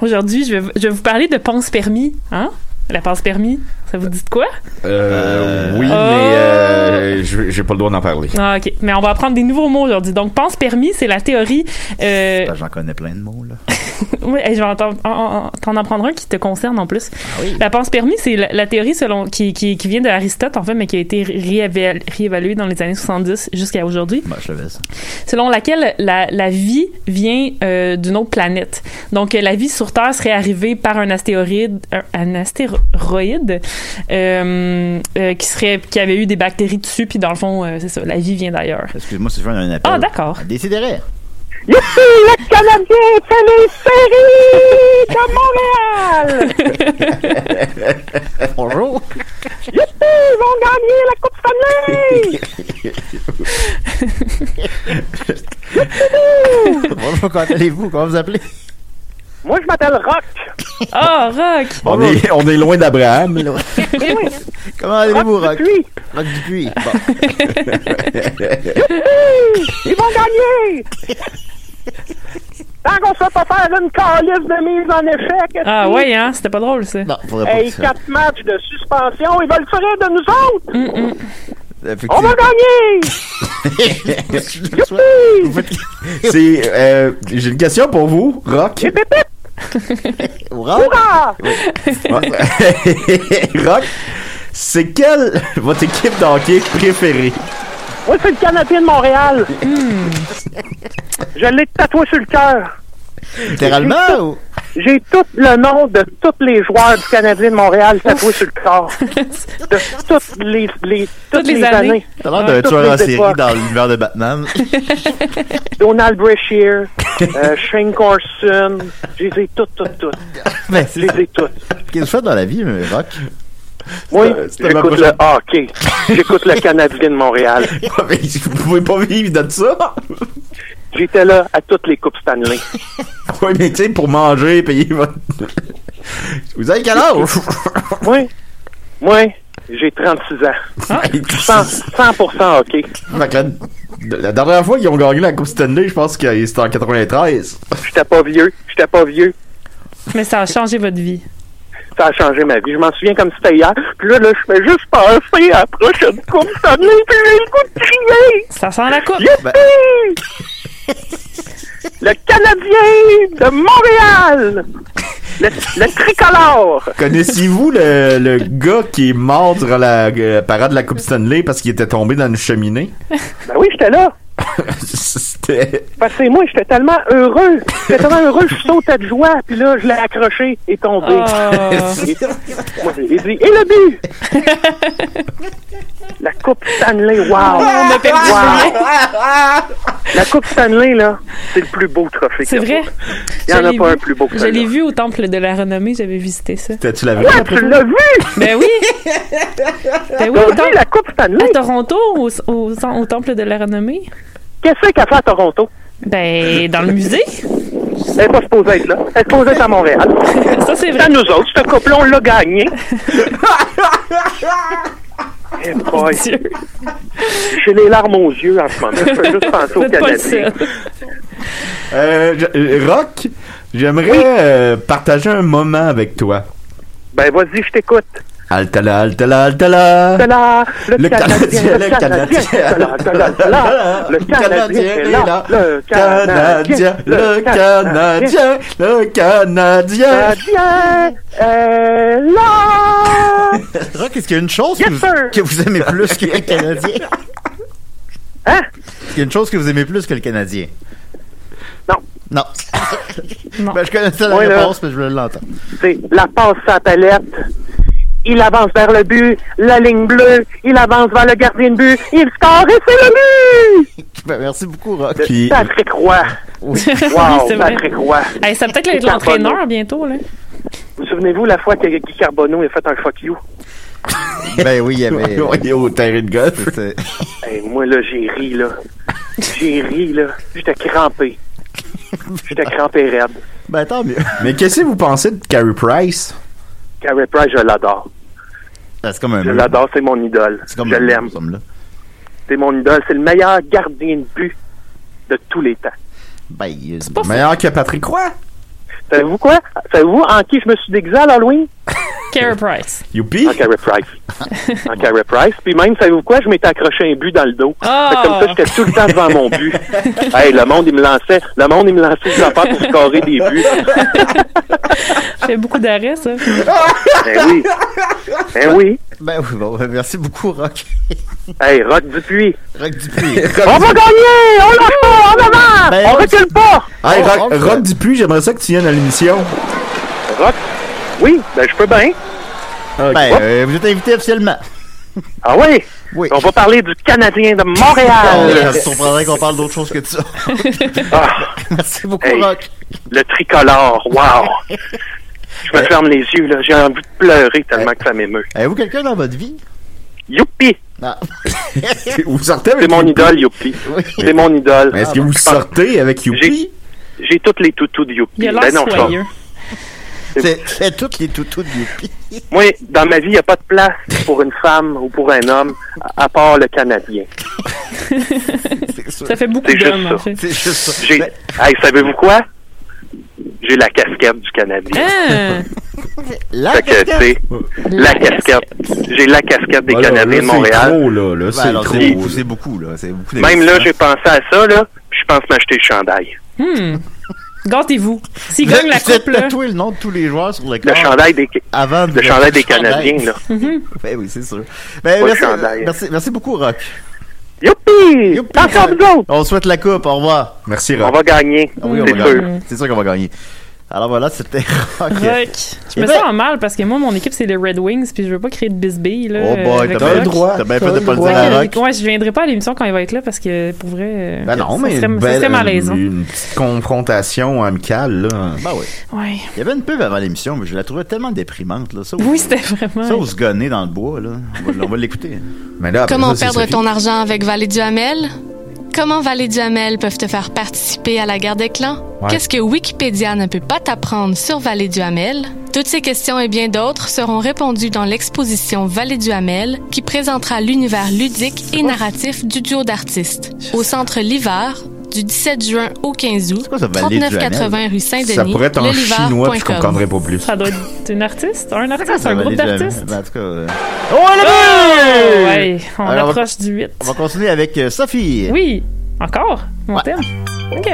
Speaker 7: Aujourd'hui, je vais, je vais vous parler de pense permis. Hein? La pense permis, ça vous dit de quoi?
Speaker 8: Euh, oui,
Speaker 7: Oh.
Speaker 8: mais euh, je- j'ai pas le droit d'en parler.
Speaker 7: Ah, OK. Mais on va apprendre des nouveaux mots aujourd'hui. Donc, pense permis, c'est la théorie. euh,
Speaker 6: Ben, J'en connais plein de mots, là.
Speaker 7: Oui, hey, je vais en t'en en- en- t'en apprendre un qui te concerne en plus.
Speaker 8: Ah
Speaker 7: La pense permis, c'est la, la théorie selon qui, qui, qui vient de Aristote, en fait, mais qui a été réévaluée réévaluée dans les années 70 jusqu'à aujourd'hui
Speaker 6: Bah, je savais ça.
Speaker 7: selon laquelle la, la vie vient euh, d'une autre planète. Donc, euh, la vie sur Terre serait arrivée par un astéroïde, un, un astéroïde euh, euh, qui serait, qui avait eu des bactéries dessus, puis dans le fond, euh, c'est ça, la vie vient d'ailleurs.
Speaker 6: Excuse-moi si je fais un appel.
Speaker 7: Ah, d'accord.
Speaker 6: Décidérez.
Speaker 7: Ah,
Speaker 12: Le Canadien fait les séries de Montréal!
Speaker 6: Ben, Bonjour.
Speaker 12: Youpi! Ils vont gagner la Coupe Stanley!
Speaker 6: Bonjour, comment allez-vous? Comment vous appelez?
Speaker 12: Moi, je m'appelle Rock.
Speaker 7: Oh, Rock!
Speaker 8: On est, on est loin d'Abraham. là.
Speaker 6: Comment allez-vous, Rock? Rock Dupuis. Bon.
Speaker 7: Ah,
Speaker 12: Ils vont gagner! Tant qu'on ne sait pas faire une calice de mise en échec, est-ce
Speaker 7: Ah,
Speaker 12: que-
Speaker 7: ouais, hein, c'était pas drôle, ça.
Speaker 6: Non, faudrait ah, pas
Speaker 12: Hey,
Speaker 6: que ça.
Speaker 12: quatre matchs de suspension, ils veulent tirer de nous autres!
Speaker 7: Mm, Oh!
Speaker 12: On
Speaker 6: Effectivement.
Speaker 12: va gagner!
Speaker 6: Youpi! Vous faites-
Speaker 8: C'est, euh, j'ai une question pour vous, Rock.
Speaker 12: Hip, hip, hip!
Speaker 6: Rock?
Speaker 12: Hurrah!
Speaker 8: Rock, c'est quelle votre équipe de hockey préférée?
Speaker 12: Moi, c'est le Canadien de Montréal.
Speaker 7: Mm.
Speaker 12: Je l'ai tatoué sur le cœur.
Speaker 6: Littéralement ou?
Speaker 12: J'ai tout le nom de tous les joueurs du Canadien de Montréal tatoué sur le corps. De toutes les, les- toutes les années.
Speaker 6: T'as l'air d'un
Speaker 12: Toutes
Speaker 6: tueur en
Speaker 12: les
Speaker 6: série
Speaker 12: époques.
Speaker 6: dans l'univers de Batman.
Speaker 12: Donald Brashear, euh, Shane Corson. Je les ai toutes, toutes, toutes.
Speaker 6: Ben, c'est
Speaker 12: les ai toutes.
Speaker 6: Qu'est-ce que tu fais dans la vie, mais Rock?
Speaker 12: Oui,
Speaker 6: c'était ma
Speaker 12: j'écoute le
Speaker 6: prochaine-
Speaker 12: hockey. Ah, J'écoute le Canadien de Montréal.
Speaker 8: Vous pouvez pas vivre de ça?
Speaker 12: J'étais là à toutes les Coupes Stanley.
Speaker 8: Oui, mais tu sais, pour manger, payer votre. Vous avez quel âge?
Speaker 12: Oui. Moi, j'ai 36 ans.
Speaker 7: Ah,
Speaker 12: 100, 100% hockey.
Speaker 8: Fait que La, la dernière fois qu'ils ont gagné la Coupe Stanley, je pense que c'était en 93.
Speaker 12: J'étais pas vieux. J'étais pas vieux.
Speaker 7: Mais ça a changé votre vie.
Speaker 12: Ça a changé ma vie. Je m'en souviens comme si c'était hier. Puis là, là, je fais juste penser à la prochaine Coupe Stanley. Puis j'ai le goût de crier.
Speaker 7: Ça sent la coupe.
Speaker 12: Youpi! le Canadien de Montréal. Le, le tricolore.
Speaker 8: Connaissez-vous le, le gars qui est mort durant la euh, parade de la Coupe Stanley parce qu'il était tombé dans une cheminée?
Speaker 12: Ben oui, j'étais là.
Speaker 8: C'était.
Speaker 12: Parce que moi, j'étais tellement heureux. J'étais tellement heureux, je sautais de joie. Puis là, je l'ai accroché et tombé.
Speaker 8: Ah.
Speaker 7: Oh.
Speaker 12: Et, moi, j'ai dit, et le but! La Coupe Stanley, wow!
Speaker 7: On a perdu.
Speaker 12: Wow. La Coupe Stanley, là, c'est le plus beau trophée.
Speaker 7: C'est
Speaker 12: qu'il y a
Speaker 7: vrai?
Speaker 12: pas. Il n'y en
Speaker 7: Je
Speaker 12: a
Speaker 7: l'ai
Speaker 12: pas
Speaker 7: vu.
Speaker 12: un plus beau que
Speaker 7: Je l'ai
Speaker 12: celui-là.
Speaker 7: vu au Temple de la Renommée, j'avais visité ça.
Speaker 8: Tu l'avais
Speaker 12: Ouais, tu l'as vu!
Speaker 7: Ben oui! Ben oui,
Speaker 12: T'as
Speaker 7: au
Speaker 12: vu
Speaker 7: temple-
Speaker 12: la Coupe Stanley?
Speaker 7: À Toronto, au, au, au Temple de la Renommée.
Speaker 12: Qu'est-ce qu'elle fait à Toronto?
Speaker 7: Ben, dans le musée.
Speaker 12: Elle n'est pas supposée être là. Elle est supposée être à Montréal.
Speaker 7: Ça, c'est
Speaker 12: vrai. nous autres, ce couple-là, on l'a gagné. Eh boy. J'ai les larmes aux yeux en ce moment. Je peux juste penser aux
Speaker 8: Faites pas le
Speaker 12: Canadiens.
Speaker 8: Euh, je- euh, Rock, j'aimerais euh, partager un moment avec toi.
Speaker 12: Ben, vas-y, je t'écoute.
Speaker 8: Altala, altala, altala.
Speaker 12: Tala, le,
Speaker 8: Le
Speaker 12: Canadien,
Speaker 8: Canadien,
Speaker 12: le
Speaker 8: le
Speaker 12: Canadien, tala, tala, tala, le Canadien est là, le Canadien,
Speaker 8: le Canadien, le
Speaker 12: Euh,
Speaker 8: Canadien.
Speaker 12: Canadien est là.
Speaker 6: Rock, est-ce qu'il y a une chose que,
Speaker 12: Yes,
Speaker 6: vous,
Speaker 12: sir.
Speaker 6: que vous aimez plus que le Canadien?
Speaker 12: Hein?
Speaker 6: Est-ce qu'il y a une chose que vous aimez plus que le Canadien?
Speaker 12: Non.
Speaker 6: Non. Ben, je connaissais la
Speaker 12: Moi, là,
Speaker 6: réponse, mais je voulais l'entendre.
Speaker 12: C'est la passe sa palette. Il avance vers le but, la ligne bleue, il avance vers le gardien de but, il score et c'est le but!
Speaker 6: Ben, merci beaucoup, Rock.
Speaker 8: Puis-
Speaker 12: Patrick Roy.
Speaker 6: Oui.
Speaker 12: Wow,
Speaker 7: c'est vrai.
Speaker 12: Patrick Roy.
Speaker 7: Hey, ça va peut-être être l'entraîneur bientôt, là.
Speaker 12: Vous souvenez-vous la fois que Guy Carbonneau a fait un fuck you?
Speaker 6: Ben oui, il y avait.
Speaker 8: Il est au terrain de golf.
Speaker 12: Hey, moi, là, j'ai ri, là. J'ai ri, là. J'étais crampé. J'étais crampé raide.
Speaker 6: Ben tant mieux.
Speaker 8: Mais qu'est-ce que vous pensez de Carey Price?
Speaker 12: Carey Price, je l'adore.
Speaker 6: Ben, C'est comme un
Speaker 12: Je
Speaker 6: mur.
Speaker 12: l'adore, c'est mon idole.
Speaker 6: C'est comme
Speaker 12: Je
Speaker 6: un mur,
Speaker 12: l'aime.
Speaker 6: cet homme-là.
Speaker 12: C'est mon idole. C'est le meilleur gardien de but de tous les temps.
Speaker 6: Ben, il est
Speaker 8: Meilleur que Patrick Roy.
Speaker 12: Savez-vous quoi? Savez-vous en qui je me suis déguisé à l'Halloween?
Speaker 7: Carey Price.
Speaker 8: Youpi!
Speaker 12: En Carey Price. en Carey Price. Puis même, savez-vous quoi? Je m'étais accroché un but dans le dos.
Speaker 7: Ah!
Speaker 12: Fait que Comme ça, j'étais tout le temps devant mon but. hey, le monde, il me lançait. Le monde, il me lançait des affaires pour scorer des buts.
Speaker 7: J'ai beaucoup d'arrêts, ça.
Speaker 12: Ben oui. Ben oui.
Speaker 6: Ben oui, bon, ben, merci beaucoup, Rock.
Speaker 12: Hey, Rock Dupuis.
Speaker 6: Rock Dupuis.
Speaker 12: On va gagner! On lâche pas! On avance!
Speaker 6: Ben,
Speaker 12: on
Speaker 6: Rock-
Speaker 12: recule pas!
Speaker 8: Hey,
Speaker 6: Oh,
Speaker 8: Rock,
Speaker 6: on le fait.
Speaker 8: Rock Dupuis, j'aimerais ça que tu viennes à l'émission.
Speaker 12: Rock? Oui, ben je peux bien.
Speaker 6: Ben, euh, vous êtes invité officiellement.
Speaker 12: Ah oui?
Speaker 6: Oui.
Speaker 12: On va parler du Canadien de
Speaker 6: Oh,
Speaker 12: Montréal.
Speaker 6: Je comprendrais qu'on parle d'autre chose que de ça.
Speaker 12: Ah,
Speaker 6: Merci beaucoup,
Speaker 12: Hey.
Speaker 6: Rock.
Speaker 12: le tricolore, wow! Je me ferme les yeux, là. J'ai envie de pleurer tellement que ça m'émeut.
Speaker 6: Avez-vous quelqu'un dans votre vie?
Speaker 12: Youpi!
Speaker 6: Ah.
Speaker 8: Vous sortez avec
Speaker 12: C'est mon
Speaker 8: Youpi?
Speaker 12: idole, Youpi.
Speaker 6: Oui.
Speaker 12: C'est mon idole. Ah,
Speaker 8: Mais Est-ce que vous
Speaker 12: Je pense-
Speaker 8: sortez avec Youpi?
Speaker 12: J'ai- J'ai toutes les toutous de Youpi.
Speaker 7: Il a l'air
Speaker 12: Ben non, je pense-
Speaker 7: soyeux.
Speaker 6: C'est c'est toutes les toutous de Youpi.
Speaker 12: Moi, dans ma vie, il n'y a pas de place pour une femme ou pour un homme, à- à part le Canadien.
Speaker 6: C'est sûr.
Speaker 7: Ça fait beaucoup
Speaker 12: C'est juste
Speaker 7: d'hommes,
Speaker 12: ça.
Speaker 7: en fait.
Speaker 6: C'est juste ça.
Speaker 12: J'ai.
Speaker 6: Ben,
Speaker 12: Hey, savez-vous quoi? J'ai la casquette du Canadien.
Speaker 7: Ah!
Speaker 6: la
Speaker 12: Fait que, tu
Speaker 6: casquette.
Speaker 12: sais, la casquette. J'ai la casquette des
Speaker 8: Ah, là, là,
Speaker 12: Canadiens de
Speaker 8: c'est
Speaker 12: Montréal.
Speaker 8: Trop, là, là,
Speaker 6: Ben,
Speaker 8: c'est
Speaker 6: alors,
Speaker 8: trop.
Speaker 6: c'est beaucoup, c'est beaucoup, là. C'est beaucoup
Speaker 12: Même là,
Speaker 6: d'investissement.
Speaker 12: j'ai pensé à ça, là, puis je pense m'acheter le chandail.
Speaker 7: Hmm. Gantez-vous. S'il gagne la
Speaker 6: Vous êtes
Speaker 7: coupe, là.
Speaker 6: tatoué le nom de tous les joueurs sur le
Speaker 12: Le
Speaker 6: corps
Speaker 12: chandail des,
Speaker 6: avant de-
Speaker 12: le chandail des Canadiens, là.
Speaker 6: Ben oui, c'est sûr.
Speaker 12: Pas
Speaker 6: Ben,
Speaker 12: de
Speaker 6: merci,
Speaker 12: chandail.
Speaker 6: merci, merci beaucoup, Rock.
Speaker 12: Youpi!
Speaker 6: Youpi!
Speaker 12: Encore nous autres!
Speaker 6: On souhaite la coupe. Au revoir.
Speaker 8: Merci,
Speaker 12: On
Speaker 8: Rob.
Speaker 12: va gagner,
Speaker 6: Ah oui, on va
Speaker 12: c'est sûr.
Speaker 6: gagner. C'est sûr qu'on va gagner. Alors voilà, c'était Rock.
Speaker 7: Rock. Je me
Speaker 6: Eh ben-
Speaker 7: sens en mal parce que moi, mon équipe, c'est les Red Wings, puis je veux pas créer de bisbille. Là,
Speaker 6: Oh boy,
Speaker 7: euh, avec
Speaker 6: t'as bien
Speaker 7: Rock.
Speaker 6: le droit. T'as bien fait de pas le dire à Rock.
Speaker 7: Ouais, je viendrai pas à l'émission quand il va être là parce que pour vrai, euh,
Speaker 8: Ben non,
Speaker 7: ça
Speaker 8: mais
Speaker 7: serait,
Speaker 8: une,
Speaker 7: ça
Speaker 8: belle-
Speaker 7: serait malaisant.
Speaker 8: une- une petite confrontation amicale, là.
Speaker 6: Ben oui.
Speaker 7: Ouais.
Speaker 6: Il y avait une pub avant l'émission, mais je la trouvais tellement déprimante. Là. Ça,
Speaker 7: Oui, c'était vraiment.
Speaker 6: Ça, on se gonnait dans le bois. Là. On va, on va l'écouter.
Speaker 8: Mais là,
Speaker 4: Comment perdre ton argent avec Vallée Duhamel? Comment Vallée Duhamel peuvent te faire participer à la guerre des clans?
Speaker 13: Ouais.
Speaker 4: Qu'est-ce que Wikipédia ne peut pas t'apprendre sur Vallée Duhamel? Toutes ces questions et bien d'autres seront répondues dans l'exposition Vallée Duhamel qui présentera l'univers ludique et narratif du duo d'artistes au centre L'Hiver du 17 juin au 15 août,
Speaker 8: ça, Vallée Duhamel?
Speaker 4: 3980 rue Saint-Denis.
Speaker 8: Ça pourrait être en
Speaker 4: lelivar.com.
Speaker 8: chinois, puis je comprendrais pas plus.
Speaker 7: Ça doit être une artiste, un artiste, un
Speaker 6: Vallée
Speaker 7: groupe
Speaker 6: Duhamel.
Speaker 7: d'artistes.
Speaker 6: Ben, en tout cas, euh,
Speaker 7: Oh,
Speaker 6: but!
Speaker 7: ouais, on
Speaker 6: Alors, on va-
Speaker 7: approche du 8.
Speaker 6: on va continuer avec euh, Sophie.
Speaker 7: Oui, encore, mon thème. Ok,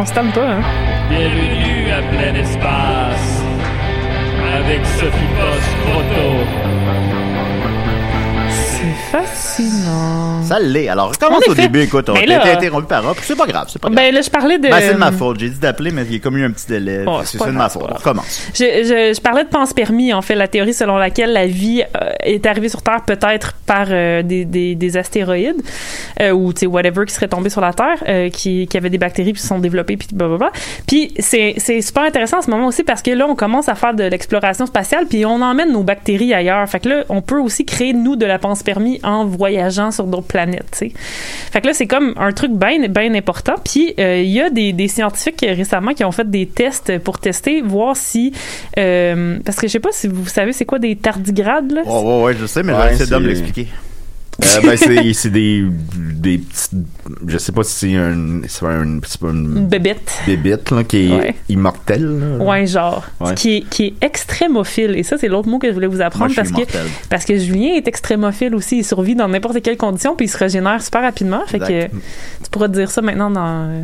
Speaker 7: on se tente pas, hein.
Speaker 14: Bienvenue à plein espace avec Sophie Post
Speaker 7: C'est fascinant.
Speaker 6: Ça l'est. Alors, commence
Speaker 7: En
Speaker 6: au
Speaker 7: effet.
Speaker 6: début. Écoute, on a
Speaker 7: Ben
Speaker 6: été
Speaker 7: là-
Speaker 6: interrompu par Rock. C'est pas grave. C'est pas grave.
Speaker 7: Ben là, je parlais de.
Speaker 6: Ben, c'est de ma faute. J'ai dit d'appeler, mais il y a comme eu un petit délai.
Speaker 7: Oh, c'est
Speaker 6: c'est
Speaker 7: pas
Speaker 6: c'est de
Speaker 7: grave,
Speaker 6: ma
Speaker 7: c'est
Speaker 6: faute.
Speaker 7: pas
Speaker 6: On
Speaker 7: grave.
Speaker 6: recommence.
Speaker 7: Je, je- je parlais de pense permis, en fait, la théorie selon laquelle la vie euh, est arrivée sur Terre peut-être par euh, des, des- des astéroïdes euh, ou tu sais whatever qui serait tombé sur la Terre, euh, qui, qui avait des bactéries puis se sont développées puis blablabla. Puis c'est c'est super intéressant en ce moment aussi parce que là on commence à faire de l'exploration spatiale puis on emmène nos bactéries ailleurs. Fait que là on peut aussi créer nous de la pense permis en voyageant sur d'autres planètes. tu sais. Fait que là c'est comme un truc bien bien important. Puis euh, il y a des, des scientifiques euh, récemment qui ont fait des tests pour tester voir si euh, parce que je sais pas si vous savez c'est quoi des tardigrades là.
Speaker 6: Oh, ouais, ouais, je sais, mais je
Speaker 8: Ouais,
Speaker 6: vais essayer de
Speaker 8: c'est-
Speaker 6: me l'expliquer.
Speaker 8: Euh, ben, c'est c'est des, des petites. Je sais pas si c'est un. C'est pas un. C'est pas
Speaker 7: Une
Speaker 8: une
Speaker 7: bébête.
Speaker 8: bébite, là, qui est
Speaker 7: Ouais.
Speaker 8: immortelle, là.
Speaker 7: Ouais, genre.
Speaker 8: Ouais.
Speaker 7: Ce Qui, est, qui est extrémophile. Et ça, c'est l'autre mot que je voulais vous apprendre
Speaker 8: Moi, je suis
Speaker 7: parce, que,
Speaker 8: immortel.
Speaker 7: parce que Julien est extrémophile aussi. Il survit dans n'importe quelle condition puis il se régénère super rapidement. Fait
Speaker 6: Exact.
Speaker 7: que tu pourras te dire ça maintenant dans. euh,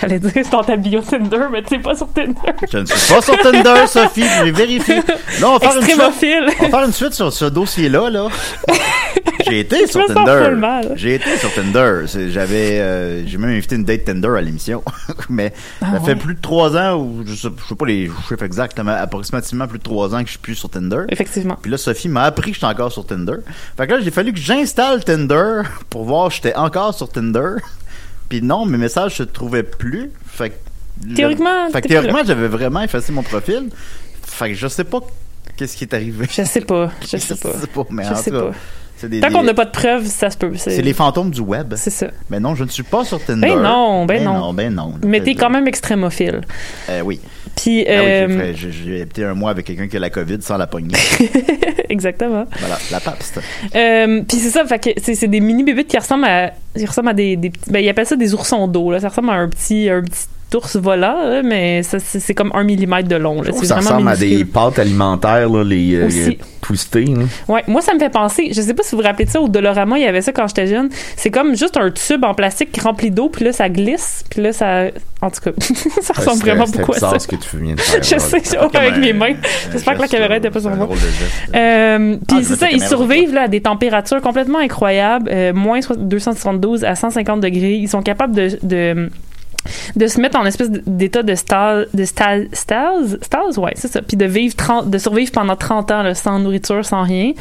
Speaker 7: J'allais dire c'est dans ta bio Tinder, mais c'est pas sur Tinder.
Speaker 6: Je ne suis pas sur Tinder, Sophie, je vais vérifier. Non, on va faire une
Speaker 7: Extrémophile.
Speaker 6: suite. On va faire une suite sur ce dossier-là, là. J'ai été
Speaker 7: Je
Speaker 6: sur
Speaker 7: me sens
Speaker 6: Tinder.
Speaker 7: full mal.
Speaker 6: J'ai été sur Tinder. C'est- J'avais, euh, j'ai même invité une date Tinder à l'émission. Mais
Speaker 7: Ah
Speaker 6: ça fait
Speaker 7: ouais.
Speaker 6: plus de trois ans, ou je sais, je sais pas les chiffres exacts, là, mais approximativement plus de trois ans que je suis plus sur Tinder.
Speaker 7: Effectivement.
Speaker 6: Puis là, Sophie m'a appris que j'étais encore sur Tinder. Fait que là, j'ai fallu que j'installe Tinder pour voir que j'étais encore sur Tinder. Puis non, mes messages se trouvaient plus. Fait que
Speaker 7: Théoriquement, t'es
Speaker 6: fait que
Speaker 7: plus
Speaker 6: théoriquement,
Speaker 7: là.
Speaker 6: j'avais vraiment effacé mon profil. Fait que je sais pas qu'est-ce qui est arrivé.
Speaker 7: Je sais pas. Je sais pas.
Speaker 6: mais
Speaker 7: Je
Speaker 6: en
Speaker 7: sais
Speaker 6: tout cas,
Speaker 7: pas.
Speaker 6: c'est des-
Speaker 7: Tant qu'on
Speaker 6: des-
Speaker 7: n'a pas de preuves, ça se peut.
Speaker 6: C'est les fantômes du web.
Speaker 7: C'est ça.
Speaker 6: Mais non, je ne suis pas sur Tinder.
Speaker 7: Ben non, ben, non.
Speaker 6: Ben non.
Speaker 7: Mais t'es quand même extrémophile.
Speaker 6: Euh, oui.
Speaker 7: Puis,
Speaker 6: Ah oui, j'ai
Speaker 7: euh,
Speaker 6: fait- j'ai j'ai habité un mois avec quelqu'un qui a la COVID sans la poignée.
Speaker 7: Exactement.
Speaker 6: voilà, la papste.
Speaker 7: Euh, puis c'est ça, fait que c'est c'est des mini bébites qui ressemblent à, ils ressemblent à des, des petits- ben ils appellent ça des oursons d'eau là, ça ressemble à un petit, un petit ours volant, là, mais ça, c'est c'est comme un millimètre de long là. C'est
Speaker 8: Ça
Speaker 7: vraiment
Speaker 8: ressemble à
Speaker 7: minuscule.
Speaker 8: des pâtes alimentaires, là, les. euh, hein.
Speaker 7: Aussi.
Speaker 8: twistées, là.
Speaker 7: Ouais, moi ça me fait penser, je sais pas si vous vous rappelez de ça au Dolorama, il y avait ça quand j'étais jeune. C'est comme juste un tube en plastique rempli d'eau, puis là ça glisse, puis là ça, en tout cas, ça
Speaker 8: Ouais,
Speaker 7: ressemble
Speaker 8: c'était-
Speaker 7: vraiment
Speaker 8: c'était
Speaker 7: beaucoup à
Speaker 8: bizarre
Speaker 7: ça.
Speaker 8: ce que tu viens de faire,
Speaker 7: je
Speaker 8: là.
Speaker 7: sais,
Speaker 8: C'était
Speaker 7: je-
Speaker 8: comme
Speaker 7: avec
Speaker 8: un-
Speaker 7: mes mains.
Speaker 8: un
Speaker 7: J'espère que la
Speaker 8: geste,
Speaker 7: caméra était
Speaker 8: euh,
Speaker 7: pas sur
Speaker 8: un
Speaker 7: moi.
Speaker 8: drôle de geste.
Speaker 6: Ah,
Speaker 7: Euh, puis c'est
Speaker 8: je
Speaker 7: ça,
Speaker 8: mettais
Speaker 7: ils
Speaker 8: caméra,
Speaker 7: survivent là, à des températures complètement incroyables, euh, moins so- 272 à 150 degrés. Ils sont capables de, de, de se mettre en espèce d'état de stase, de stase, stase, stase, ouais, c'est ça. Puis de vivre 30 de survivre pendant 30 ans là, sans nourriture, sans rien.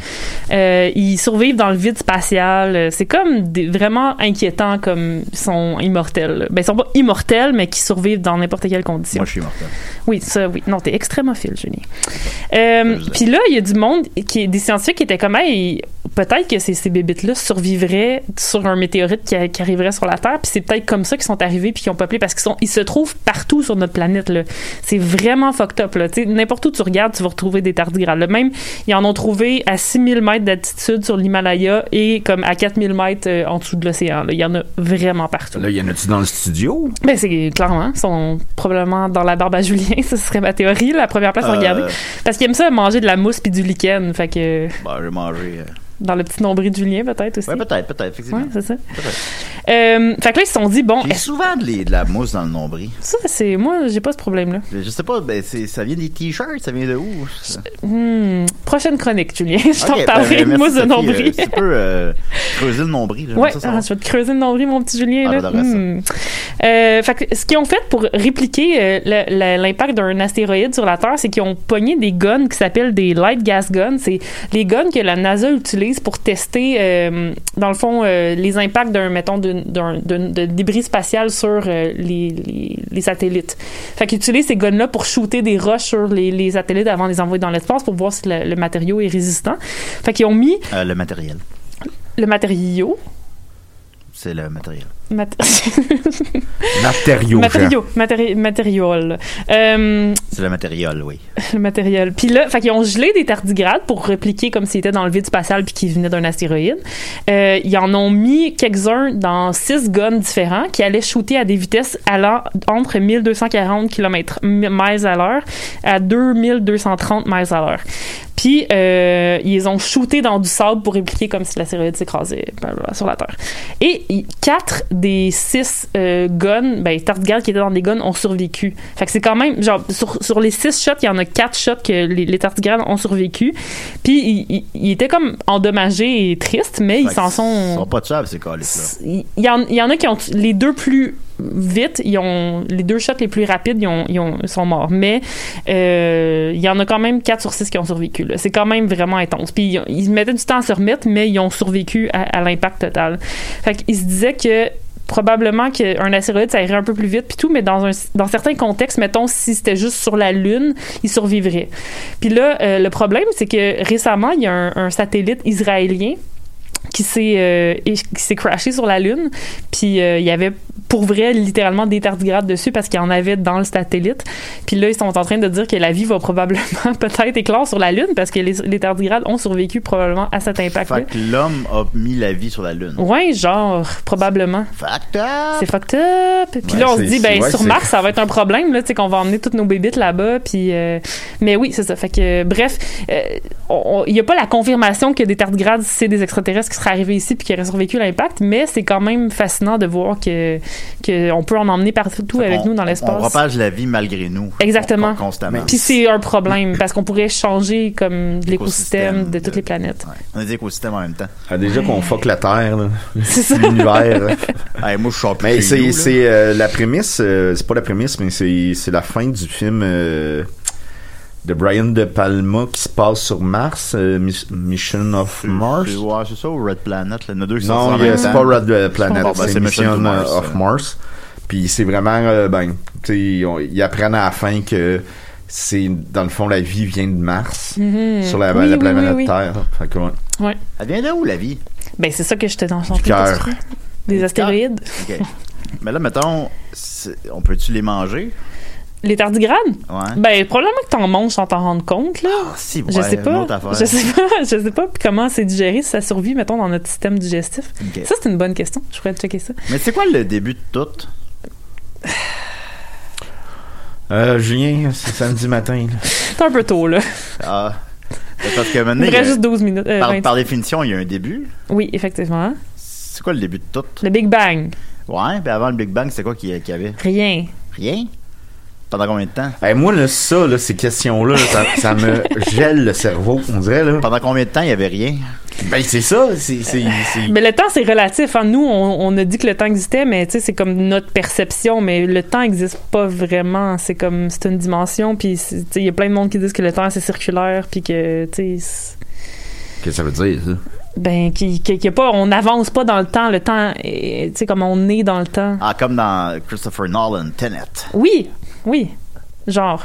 Speaker 7: Euh, ils survivent dans le vide spatial. Euh, C'est comme des- vraiment inquiétant comme ils sont immortels. là. Ben ils sont pas immortels, mais qui survivent dans n'importe quelle condition.
Speaker 6: Moi, je suis mortel.
Speaker 7: Oui, ça, oui. Non, t'es extrémophile, Julie. Euh, Puis là, il y a du monde, qui est, des scientifiques qui étaient comme, Hey, peut-être que ces, ces bébites-là survivraient sur un météorite qui, a- qui arriverait sur la Terre, puis c'est peut-être comme ça qu'ils sont arrivés puis qu'ils ont peuplé, parce qu'ils sont, ils se trouvent partout sur notre planète, là. C'est vraiment fucked up, là. Tu sais, n'importe où tu regardes, tu vas retrouver des tardigrades. là. Même, ils en ont trouvé à 6000 mètres d'altitude sur l'Himalaya et comme à 4000 mètres euh, en dessous de l'océan, là. Il y en a vraiment partout.
Speaker 8: Là, y en a-tu dans le studio?
Speaker 7: Ben c'est clairement, ils sont probablement dans la barbe à Julien, ce serait ma théorie, la première place à
Speaker 6: Euh.
Speaker 7: regarder. Parce qu'ils aiment ça manger de la mousse puis du lichen, fait que
Speaker 6: Bah, j'ai mangé euh,
Speaker 7: Dans le petit nombril de Julien, peut-être aussi.
Speaker 6: Oui, peut-être, peut-être, effectivement.
Speaker 7: Ouais, c'est ça. Euh, fait que là, ils se sont dit, bon.
Speaker 6: J'ai souvent de, les- de la mousse dans le nombril.
Speaker 7: Ça, c'est. Moi, j'ai pas ce problème-là.
Speaker 6: Je je sais pas, ben, c'est- ça vient des t-shirts, ça vient de où? ça?
Speaker 7: Hmm. Prochaine chronique, Julien. Je t'en
Speaker 6: Ok, ben,
Speaker 7: parlerai
Speaker 6: ben,
Speaker 7: de
Speaker 6: merci,
Speaker 7: mousse de
Speaker 6: Sophie.
Speaker 7: nombril.
Speaker 6: Euh, tu peux euh, creuser le nombril. j'aimerais
Speaker 7: Ouais,
Speaker 6: ça
Speaker 7: ah,
Speaker 6: savoir.
Speaker 7: je vais te creuser le nombril, mon petit Julien.
Speaker 6: Ah,
Speaker 7: là.
Speaker 6: j'adorerais ça.
Speaker 7: Hmm. Euh, fait que ce qu'ils ont fait pour répliquer euh, le- le- l'impact d'un astéroïde sur la Terre, c'est qu'ils ont pogné des guns qui s'appellent des light gas guns. C'est les guns que la NASA utilise pour tester, euh, dans le fond, euh, les impacts d'un, mettons, d'un- d'un- d'un- de débris spatial sur euh, les, les- les satellites. Fait qu'ils utilisent ces guns-là pour shooter des roches sur les, les satellites avant de les envoyer dans l'espace pour voir si le, le matériau est résistant. Fait qu'ils ont mis
Speaker 6: Euh, le matériel.
Speaker 7: le matériau.
Speaker 6: C'est le matériel.
Speaker 7: mat-
Speaker 6: Matériaux.
Speaker 7: Matériaux. matéri- matériol. Euh,
Speaker 6: C'est le matériel, oui.
Speaker 7: le matériel. Puis là, fait qu'ils ont gelé des tardigrades pour répliquer comme s'ils étaient dans le vide spatial puis qu'ils venaient d'un astéroïde. Euh, ils en ont mis quelques-uns dans six guns différents qui allaient shooter à des vitesses allant entre 1240 km miles à l'heure à 2230 miles à l'heure. Puis euh, ils les ont shootés dans du sable pour répliquer comme si l'astéroïde s'écrasait blablabla, sur la Terre. Et y- quatre des six euh, guns, ben, tardigrades qui étaient dans des guns ont survécu. Fait que c'est quand même, genre, sur, sur les six shots, il y en a quatre shots que les, les tardigrades ont survécu. Puis ils- ils ils étaient comme endommagés et tristes, mais ils
Speaker 6: Fait
Speaker 7: s'en
Speaker 6: que Ils
Speaker 7: sont
Speaker 6: sont pas de sable, ces calices-là.
Speaker 7: il y, en, il y en a qui ont les deux plus vite, ils ont les deux shots les plus rapides, ils, ont, ils ont- ils sont morts. Mais euh, il y en a quand même 4 sur 6 qui ont survécu. là. C'est quand même vraiment intense. Puis ils, ont- ils mettaient du temps à se remettre, mais ils ont survécu à, à l'impact total. Fait qu'ils se disaient que probablement qu'un astéroïde ça irait un peu plus vite puis tout mais dans un dans certains contextes mettons si c'était juste sur la lune il survivrait puis là euh, le problème c'est que récemment il y a un- un satellite israélien qui s'est euh, et- qui s'est crashé sur la lune puis euh, il y avait pour vrai littéralement des tardigrades dessus parce qu'il y en avait dans le satellite puis là ils sont en train de dire que la vie va probablement peut-être éclore sur la lune parce que les, les tardigrades ont survécu probablement à cet impact là
Speaker 6: Fait que l'homme a mis la vie sur la Lune.
Speaker 7: ouais genre probablement
Speaker 6: Fucked up.
Speaker 7: Oh. c'est fucked up puis
Speaker 6: Ouais,
Speaker 7: là on se
Speaker 6: c'est-
Speaker 7: dit ben
Speaker 6: ouais,
Speaker 7: sur
Speaker 6: c'est-
Speaker 7: Mars ça va être un problème là tu sais qu'on va emmener toutes nos bébites là-bas puis euh, mais oui c'est ça fait que euh, bref euh, on- on- il n'y a pas la confirmation que des tardigrades c'est des extraterrestres qui seraient arrivés ici puis qui auraient survécu à l'impact mais c'est quand même fascinant de voir que que on peut en emmener partout avec
Speaker 6: On-
Speaker 7: nous dans
Speaker 6: on-
Speaker 7: l'espace
Speaker 6: On propage la vie malgré nous.
Speaker 7: Exactement.
Speaker 6: Con- Constamment.
Speaker 7: Puis c'est un problème parce qu'on pourrait changer comme l'écosystème de toutes les planètes.
Speaker 6: On est des écosystèmes en même temps.
Speaker 8: Ah, déjà qu'on fuck la Terre, là.
Speaker 7: C'est ça.
Speaker 8: L'univers.
Speaker 6: moi, je suis plus
Speaker 8: Mais
Speaker 6: chez
Speaker 8: c'est,
Speaker 6: nous, là.
Speaker 8: c'est euh, la prémisse, euh, c'est pas la prémisse, mais c'est, c'est la fin du film euh, de Brian De Palma qui se passe sur Mars, euh, Miss- Mission of Mars.
Speaker 6: C'est- ouais, c'est ça, ou Red Planet, là. Il y en a deux qui sortent
Speaker 8: Non,
Speaker 6: en
Speaker 8: il y a-
Speaker 6: même
Speaker 8: c'est pas
Speaker 6: temps.
Speaker 8: Red euh, Planet,
Speaker 6: Bon, ben,
Speaker 8: c'est Mission
Speaker 6: to
Speaker 8: euh, of
Speaker 6: euh.
Speaker 8: Mars. Puis c'est vraiment, euh, ben, tu sais, ils ont- ils apprennent à la fin que c'est, dans le fond, la vie vient de Mars,
Speaker 7: Mhm.
Speaker 8: sur la,
Speaker 7: Oui,
Speaker 8: la
Speaker 7: oui,
Speaker 8: planète
Speaker 7: oui, oui.
Speaker 8: Terre. Fait que, ouais.
Speaker 7: Ouais.
Speaker 6: Elle vient de où, la vie?
Speaker 7: Ben c'est ça que je te dans
Speaker 8: Du cœur.
Speaker 7: Des astéroïdes.
Speaker 6: OK. Mais là, mettons, c'est- on peut-tu les manger?
Speaker 7: Les tardigrades?
Speaker 6: Ouais. Ah,
Speaker 7: Ben, probablement que t'en manges sans t'en rendre compte, là.
Speaker 6: si,
Speaker 7: je
Speaker 6: ouais,
Speaker 7: sais
Speaker 6: une
Speaker 7: pas.
Speaker 6: autre affaire.
Speaker 7: Je sais pas, je sais pas comment c'est digéré, si ça survit, mettons, dans notre système digestif.
Speaker 6: Ok.
Speaker 7: Ça, c'est une bonne question. Je pourrais checker ça.
Speaker 6: Mais c'est quoi le début de tout?
Speaker 8: Euh, Julien, c'est samedi matin. là.
Speaker 7: C'est un peu tôt, là.
Speaker 6: Ah. C'est Parce que
Speaker 7: Il me
Speaker 6: maintenant, il y a-
Speaker 7: reste juste 12 minutes. euh,
Speaker 6: par,
Speaker 7: 20.
Speaker 6: par définition, il y a un début.
Speaker 7: Oui, effectivement.
Speaker 6: C'est quoi le début de tout?
Speaker 7: Le Big Bang.
Speaker 6: Ouais, puis avant le Big Bang, c'est quoi qu'il y, qu'il y avait?
Speaker 7: Rien.
Speaker 6: Rien? Pendant combien de temps?
Speaker 8: Hey, moi, là, ça, là, ces questions-là, là, ça, ça me gèle le cerveau, on dirait. Là.
Speaker 6: Pendant combien de temps il n'y avait rien?
Speaker 8: Ben, c'est ça. C'est, c'est, c'est-
Speaker 7: Mais le temps, c'est relatif. hein. Nous, on, on a dit que le temps existait, mais tu sais, c'est comme notre perception. Mais le temps n'existe pas vraiment. C'est comme, c'est une dimension. Puis, c'est- tu sais, il y a plein de monde qui disent que le temps, c'est circulaire. Puis que, tu sais, c'est-
Speaker 8: Qu'est-ce que ça veut dire, ça?
Speaker 7: ben, qui, qui- qui a pas, on n'avance pas dans le temps. Le temps, est- tu sais, comme on est dans le temps.
Speaker 6: Ah, comme dans Christopher Nolan, Tenet.
Speaker 7: Oui, oui. Genre,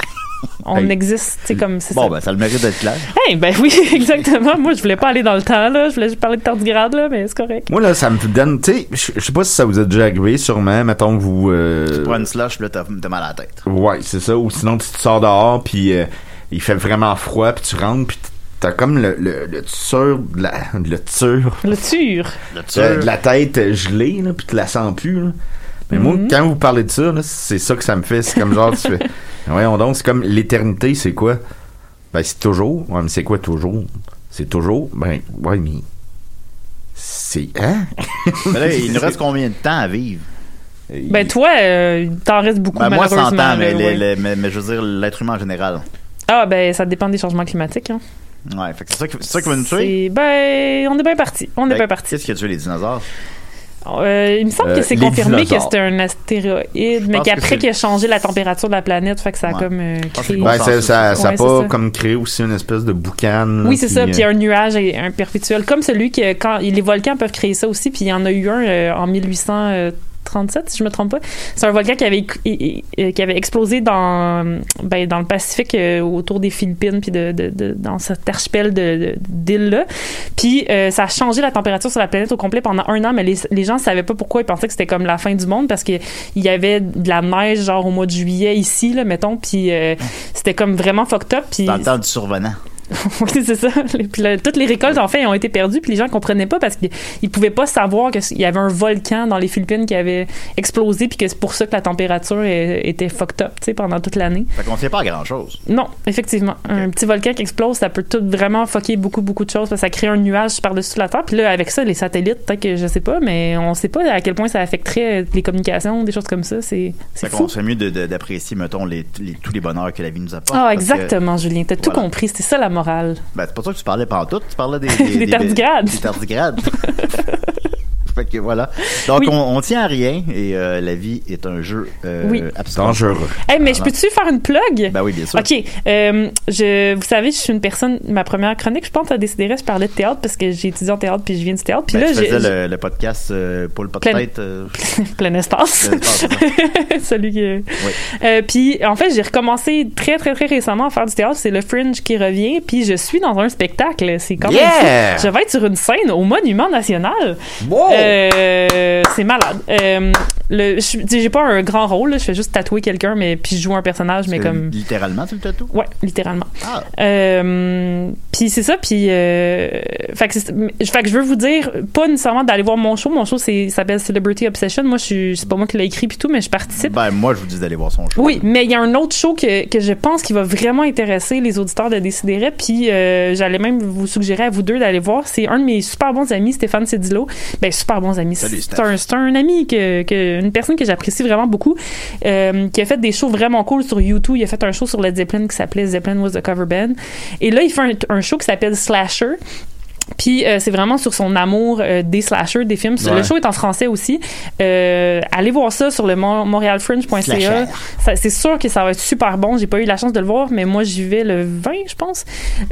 Speaker 7: on
Speaker 6: Hey.
Speaker 7: existe. Tu sais, comme, c'est
Speaker 6: Bon,
Speaker 7: ça.
Speaker 6: ben, ça a le mérite d'être clair.
Speaker 7: Hey, ben oui, exactement. Moi, je voulais pas aller dans le temps, là. Je voulais juste parler de tardigrade, là, mais c'est correct.
Speaker 8: Moi, là, ça me donne. Tu sais, je je sais pas si ça vous est déjà arrivé, sûrement. Mettons que vous. euh,
Speaker 6: Prends une slush, puis là, t'as t'as mal à la tête.
Speaker 8: Ouais, c'est ça. Ou sinon, tu te sors dehors, puis euh, il fait vraiment froid, puis tu rentres, puis t'as comme le, Euh, le, le tueur de la. Le tueur.
Speaker 7: Le tur.
Speaker 6: Le
Speaker 8: Euh, de la tête euh, gelée, là, puis tu la sens plus. Là. Mais moi, quand vous parlez de ça, là, c'est ça que ça me fait. C'est comme genre, tu fais. Voyons donc, c'est comme l'éternité, c'est quoi? Ben, c'est toujours. Ouais, mais c'est quoi toujours? C'est toujours? Ben, ouais, mais C'est. Hein?
Speaker 6: Mais là, il nous reste combien de temps à vivre?
Speaker 7: Ben, toi, euh, il t'en reste beaucoup,
Speaker 6: Ben, moi, 100
Speaker 7: malheureusement.
Speaker 6: ans, mais,
Speaker 7: là,
Speaker 6: les-
Speaker 7: ouais.
Speaker 6: les- mais, mais je veux dire, l'être humain en général.
Speaker 7: Ah, ben, ça dépend des changements climatiques. Hein.
Speaker 6: Ouais, fait que c'est ça qui, c'est ça qui va nous tuer.
Speaker 7: C'est- Ben, on est bien parti. On est
Speaker 6: Fait
Speaker 7: bien
Speaker 6: que
Speaker 7: parti.
Speaker 6: Qu'est-ce qui a tué les dinosaures?
Speaker 7: Euh, il me semble
Speaker 6: Euh,
Speaker 7: que c'est
Speaker 6: les
Speaker 7: confirmé que
Speaker 6: dinosaures.
Speaker 7: c'était un astéroïde, mais
Speaker 6: pense que
Speaker 7: qu'après
Speaker 6: c'est-
Speaker 7: qu'il a changé la température de la planète, fait que ça a
Speaker 8: Ouais.
Speaker 7: comme euh, créé.
Speaker 8: Ben, ça, ça, ça a
Speaker 7: Ouais, c'est
Speaker 8: pas
Speaker 7: ça.
Speaker 8: comme créé aussi une espèce de boucan. là,
Speaker 7: Oui, c'est ça. Puis il y a
Speaker 8: euh,
Speaker 7: un nuage et un perpétuel, comme celui que quand les volcans peuvent créer ça aussi. Puis il y en a eu un euh, en 1837, si je me trompe pas. C'est un volcan qui avait éc- é- é- euh, qui avait explosé dans ben, dans le Pacifique euh, autour des Philippines puis de, de- de- dans cet archipel de d'îles là. Puis euh, ça a changé la température sur la planète au complet pendant un an, mais les, les gens savaient pas pourquoi ils pensaient que c'était comme la fin du monde parce que il y avait de la neige genre au mois de juillet ici là, mettons. Puis euh, c'était comme vraiment fucked up. Puis
Speaker 6: Dans le temps du survenant.
Speaker 7: oui, c'est ça. Les- Puis là, toutes les récoltes, en fait, ont été perdues. Puis les gens comprenaient pas parce qu'ils ils pouvaient pas savoir qu'il y avait un volcan dans les Philippines qui avait explosé. Puis que c'est pour ça que la température est- était fucked up, tu sais, pendant toute l'année.
Speaker 6: Fait qu'on ne sait pas à grand-chose.
Speaker 7: Non, effectivement. Un petit volcan qui explose, ça peut tout vraiment fucker beaucoup, beaucoup de choses. Parce que ça crée un nuage par-dessus la Terre. Puis là, avec ça, les satellites, peut-être que je sais pas, mais on sait pas à quel point ça affecterait les communications, des choses comme ça. C'est c'est
Speaker 6: Fait
Speaker 7: fou.
Speaker 6: qu'on serait mieux de- de- d'apprécier, mettons, les, les- tous les bonheurs que la vie nous apporte.
Speaker 7: Ah,
Speaker 6: parce que-
Speaker 7: exactement, Julien. T'as tout
Speaker 6: Voilà.
Speaker 7: compris. C'est ça la morale.
Speaker 6: Ben, c'est pour ça que tu parlais pas en tout, tu parlais des...
Speaker 7: Des tardigrades.
Speaker 6: Des tardigrades. fait que voilà. Donc,
Speaker 7: Oui.
Speaker 6: on, on tient à rien et euh, la vie est un jeu euh,
Speaker 7: Oui.
Speaker 6: absent.
Speaker 8: Dangereux.
Speaker 7: Eh, mais je peux-tu faire une plug?
Speaker 6: Ben oui, bien sûr.
Speaker 7: OK. euh, je, vous savez, je suis une personne. Ma première chronique, je pense, à décider, je parlais de théâtre parce que j'ai étudié en théâtre puis je viens du théâtre. Puis
Speaker 6: Ben,
Speaker 7: là,
Speaker 6: tu faisais
Speaker 7: j'ai.
Speaker 6: le, le podcast euh, pour le pot de
Speaker 7: Plein-
Speaker 6: tête. euh,
Speaker 7: plein espace.
Speaker 6: Plein espace,
Speaker 7: Celui qui.
Speaker 6: Oui.
Speaker 7: Euh, puis en fait, j'ai recommencé très très très récemment à faire du théâtre, c'est le Fringe qui revient, puis je suis dans un spectacle, c'est quand même
Speaker 14: Yeah!
Speaker 7: fou. Je vais être sur une scène au Monument National. Euh, c'est malade. Euh, le je suis- tu sais, j'ai pas un grand rôle, là, je fais juste tatouer quelqu'un mais puis je joue un personnage mais
Speaker 6: c'est
Speaker 7: comme
Speaker 6: Littéralement, tu le tatoues?
Speaker 7: Ouais, littéralement.
Speaker 6: Ah.
Speaker 7: Euh, puis c'est ça, puis euh, fait, que c'est- mais- fait que je veux vous dire, pas nécessairement d'aller voir mon show. Mon show c'est s'appelle Celebrity Obsession. Moi, je suis- c'est pas moi qui l'ai écrit puis tout, mais je participe.
Speaker 6: Ben, moi, je vous dis d'aller voir son show.
Speaker 7: Oui, mais il y a un autre show que, que je pense qui va vraiment intéresser les auditeurs de Décideret. Puis euh, j'allais même vous suggérer à vous deux d'aller voir. C'est un de mes super bons amis, Stéphane Cédillo. Ben, super bons amis.
Speaker 14: Salut,
Speaker 7: C'est
Speaker 14: Steph.
Speaker 7: un, c'est un ami, que, que- une personne que j'apprécie vraiment beaucoup, euh, qui a fait des shows vraiment cool sur YouTube. Il a fait un show sur Led Zeppelin qui s'appelait Zeppelin was the cover band. Et là, il fait un, un show qui s'appelle Slasher. Puis euh, c'est vraiment sur son amour euh, des slashers, des films.
Speaker 14: Ouais.
Speaker 7: Le show est en français aussi. Euh, allez voir ça sur le Mont- montrealfringe.ca.
Speaker 14: Slasher.
Speaker 7: Ça- C'est sûr que ça va être super bon. J'ai pas eu la chance de le voir, mais moi j'y vais le 20, je pense.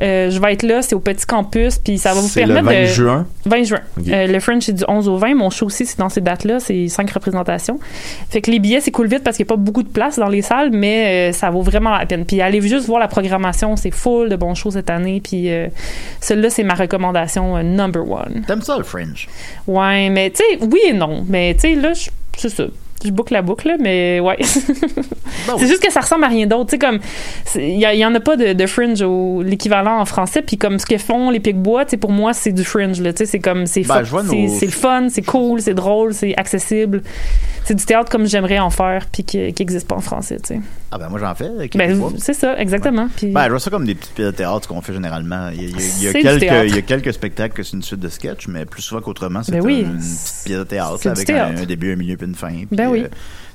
Speaker 7: Euh, je vais être là, c'est au petit campus, puis ça va vous
Speaker 8: C'est le
Speaker 7: permettre
Speaker 8: 20
Speaker 7: de.
Speaker 8: juin?
Speaker 7: 20 juin.
Speaker 8: Ok.
Speaker 7: Euh, le Fringe, c'est du 11 au 20. Mon show aussi, c'est dans ces dates-là. C'est cinq représentations. Fait que les billets, c'est cool vite parce qu'il n'y a pas beaucoup de place dans les salles, mais euh, ça vaut vraiment la peine. Puis allez juste voir la programmation. C'est full de bons shows cette année. Puis euh, celle-là, c'est ma recommandation euh, number one.
Speaker 6: T'aimes ça, le Fringe?
Speaker 7: Ouais, mais tu sais, oui et non. Mais tu sais, là, je- c'est ça. Je boucle la boucle, là, mais ouais.
Speaker 6: Ben Bah
Speaker 7: c'est juste que ça ressemble à rien d'autre. Tu sais, comme, c'est- il y, a- il y en a pas de, de fringe au l'équivalent en français. Puis comme ce que font les Pic-Bois, tu sais, pour moi, c'est du fringe, là. Tu sais, c'est comme, c'est
Speaker 6: Ben,
Speaker 7: fun-
Speaker 6: je vois
Speaker 7: c'est-
Speaker 6: nos-
Speaker 7: c'est le fun, c'est cool, c'est drôle, c'est accessible. C'est du théâtre comme j'aimerais en faire, puis qui qui existe pas en français, tu sais.
Speaker 6: Ah, ben, moi, j'en fais. quelques
Speaker 7: Ben,
Speaker 6: fois.
Speaker 7: c'est ça, exactement. Puis-
Speaker 6: Ben, je vois ça comme des petites pièces de théâtre qu'on fait généralement. Il y a, il y a- il y
Speaker 7: C'est
Speaker 6: a
Speaker 7: du théâtre.
Speaker 6: quelques, il y a quelques spectacles que c'est une suite de sketch, mais plus souvent qu'autrement, c'est
Speaker 7: Ben oui.
Speaker 6: une petite pièce de théâtre
Speaker 7: C'est
Speaker 6: là,
Speaker 7: du
Speaker 6: avec
Speaker 7: théâtre.
Speaker 6: Un, un début, un milieu puis une fin. puis,
Speaker 7: Ben oui.
Speaker 6: euh,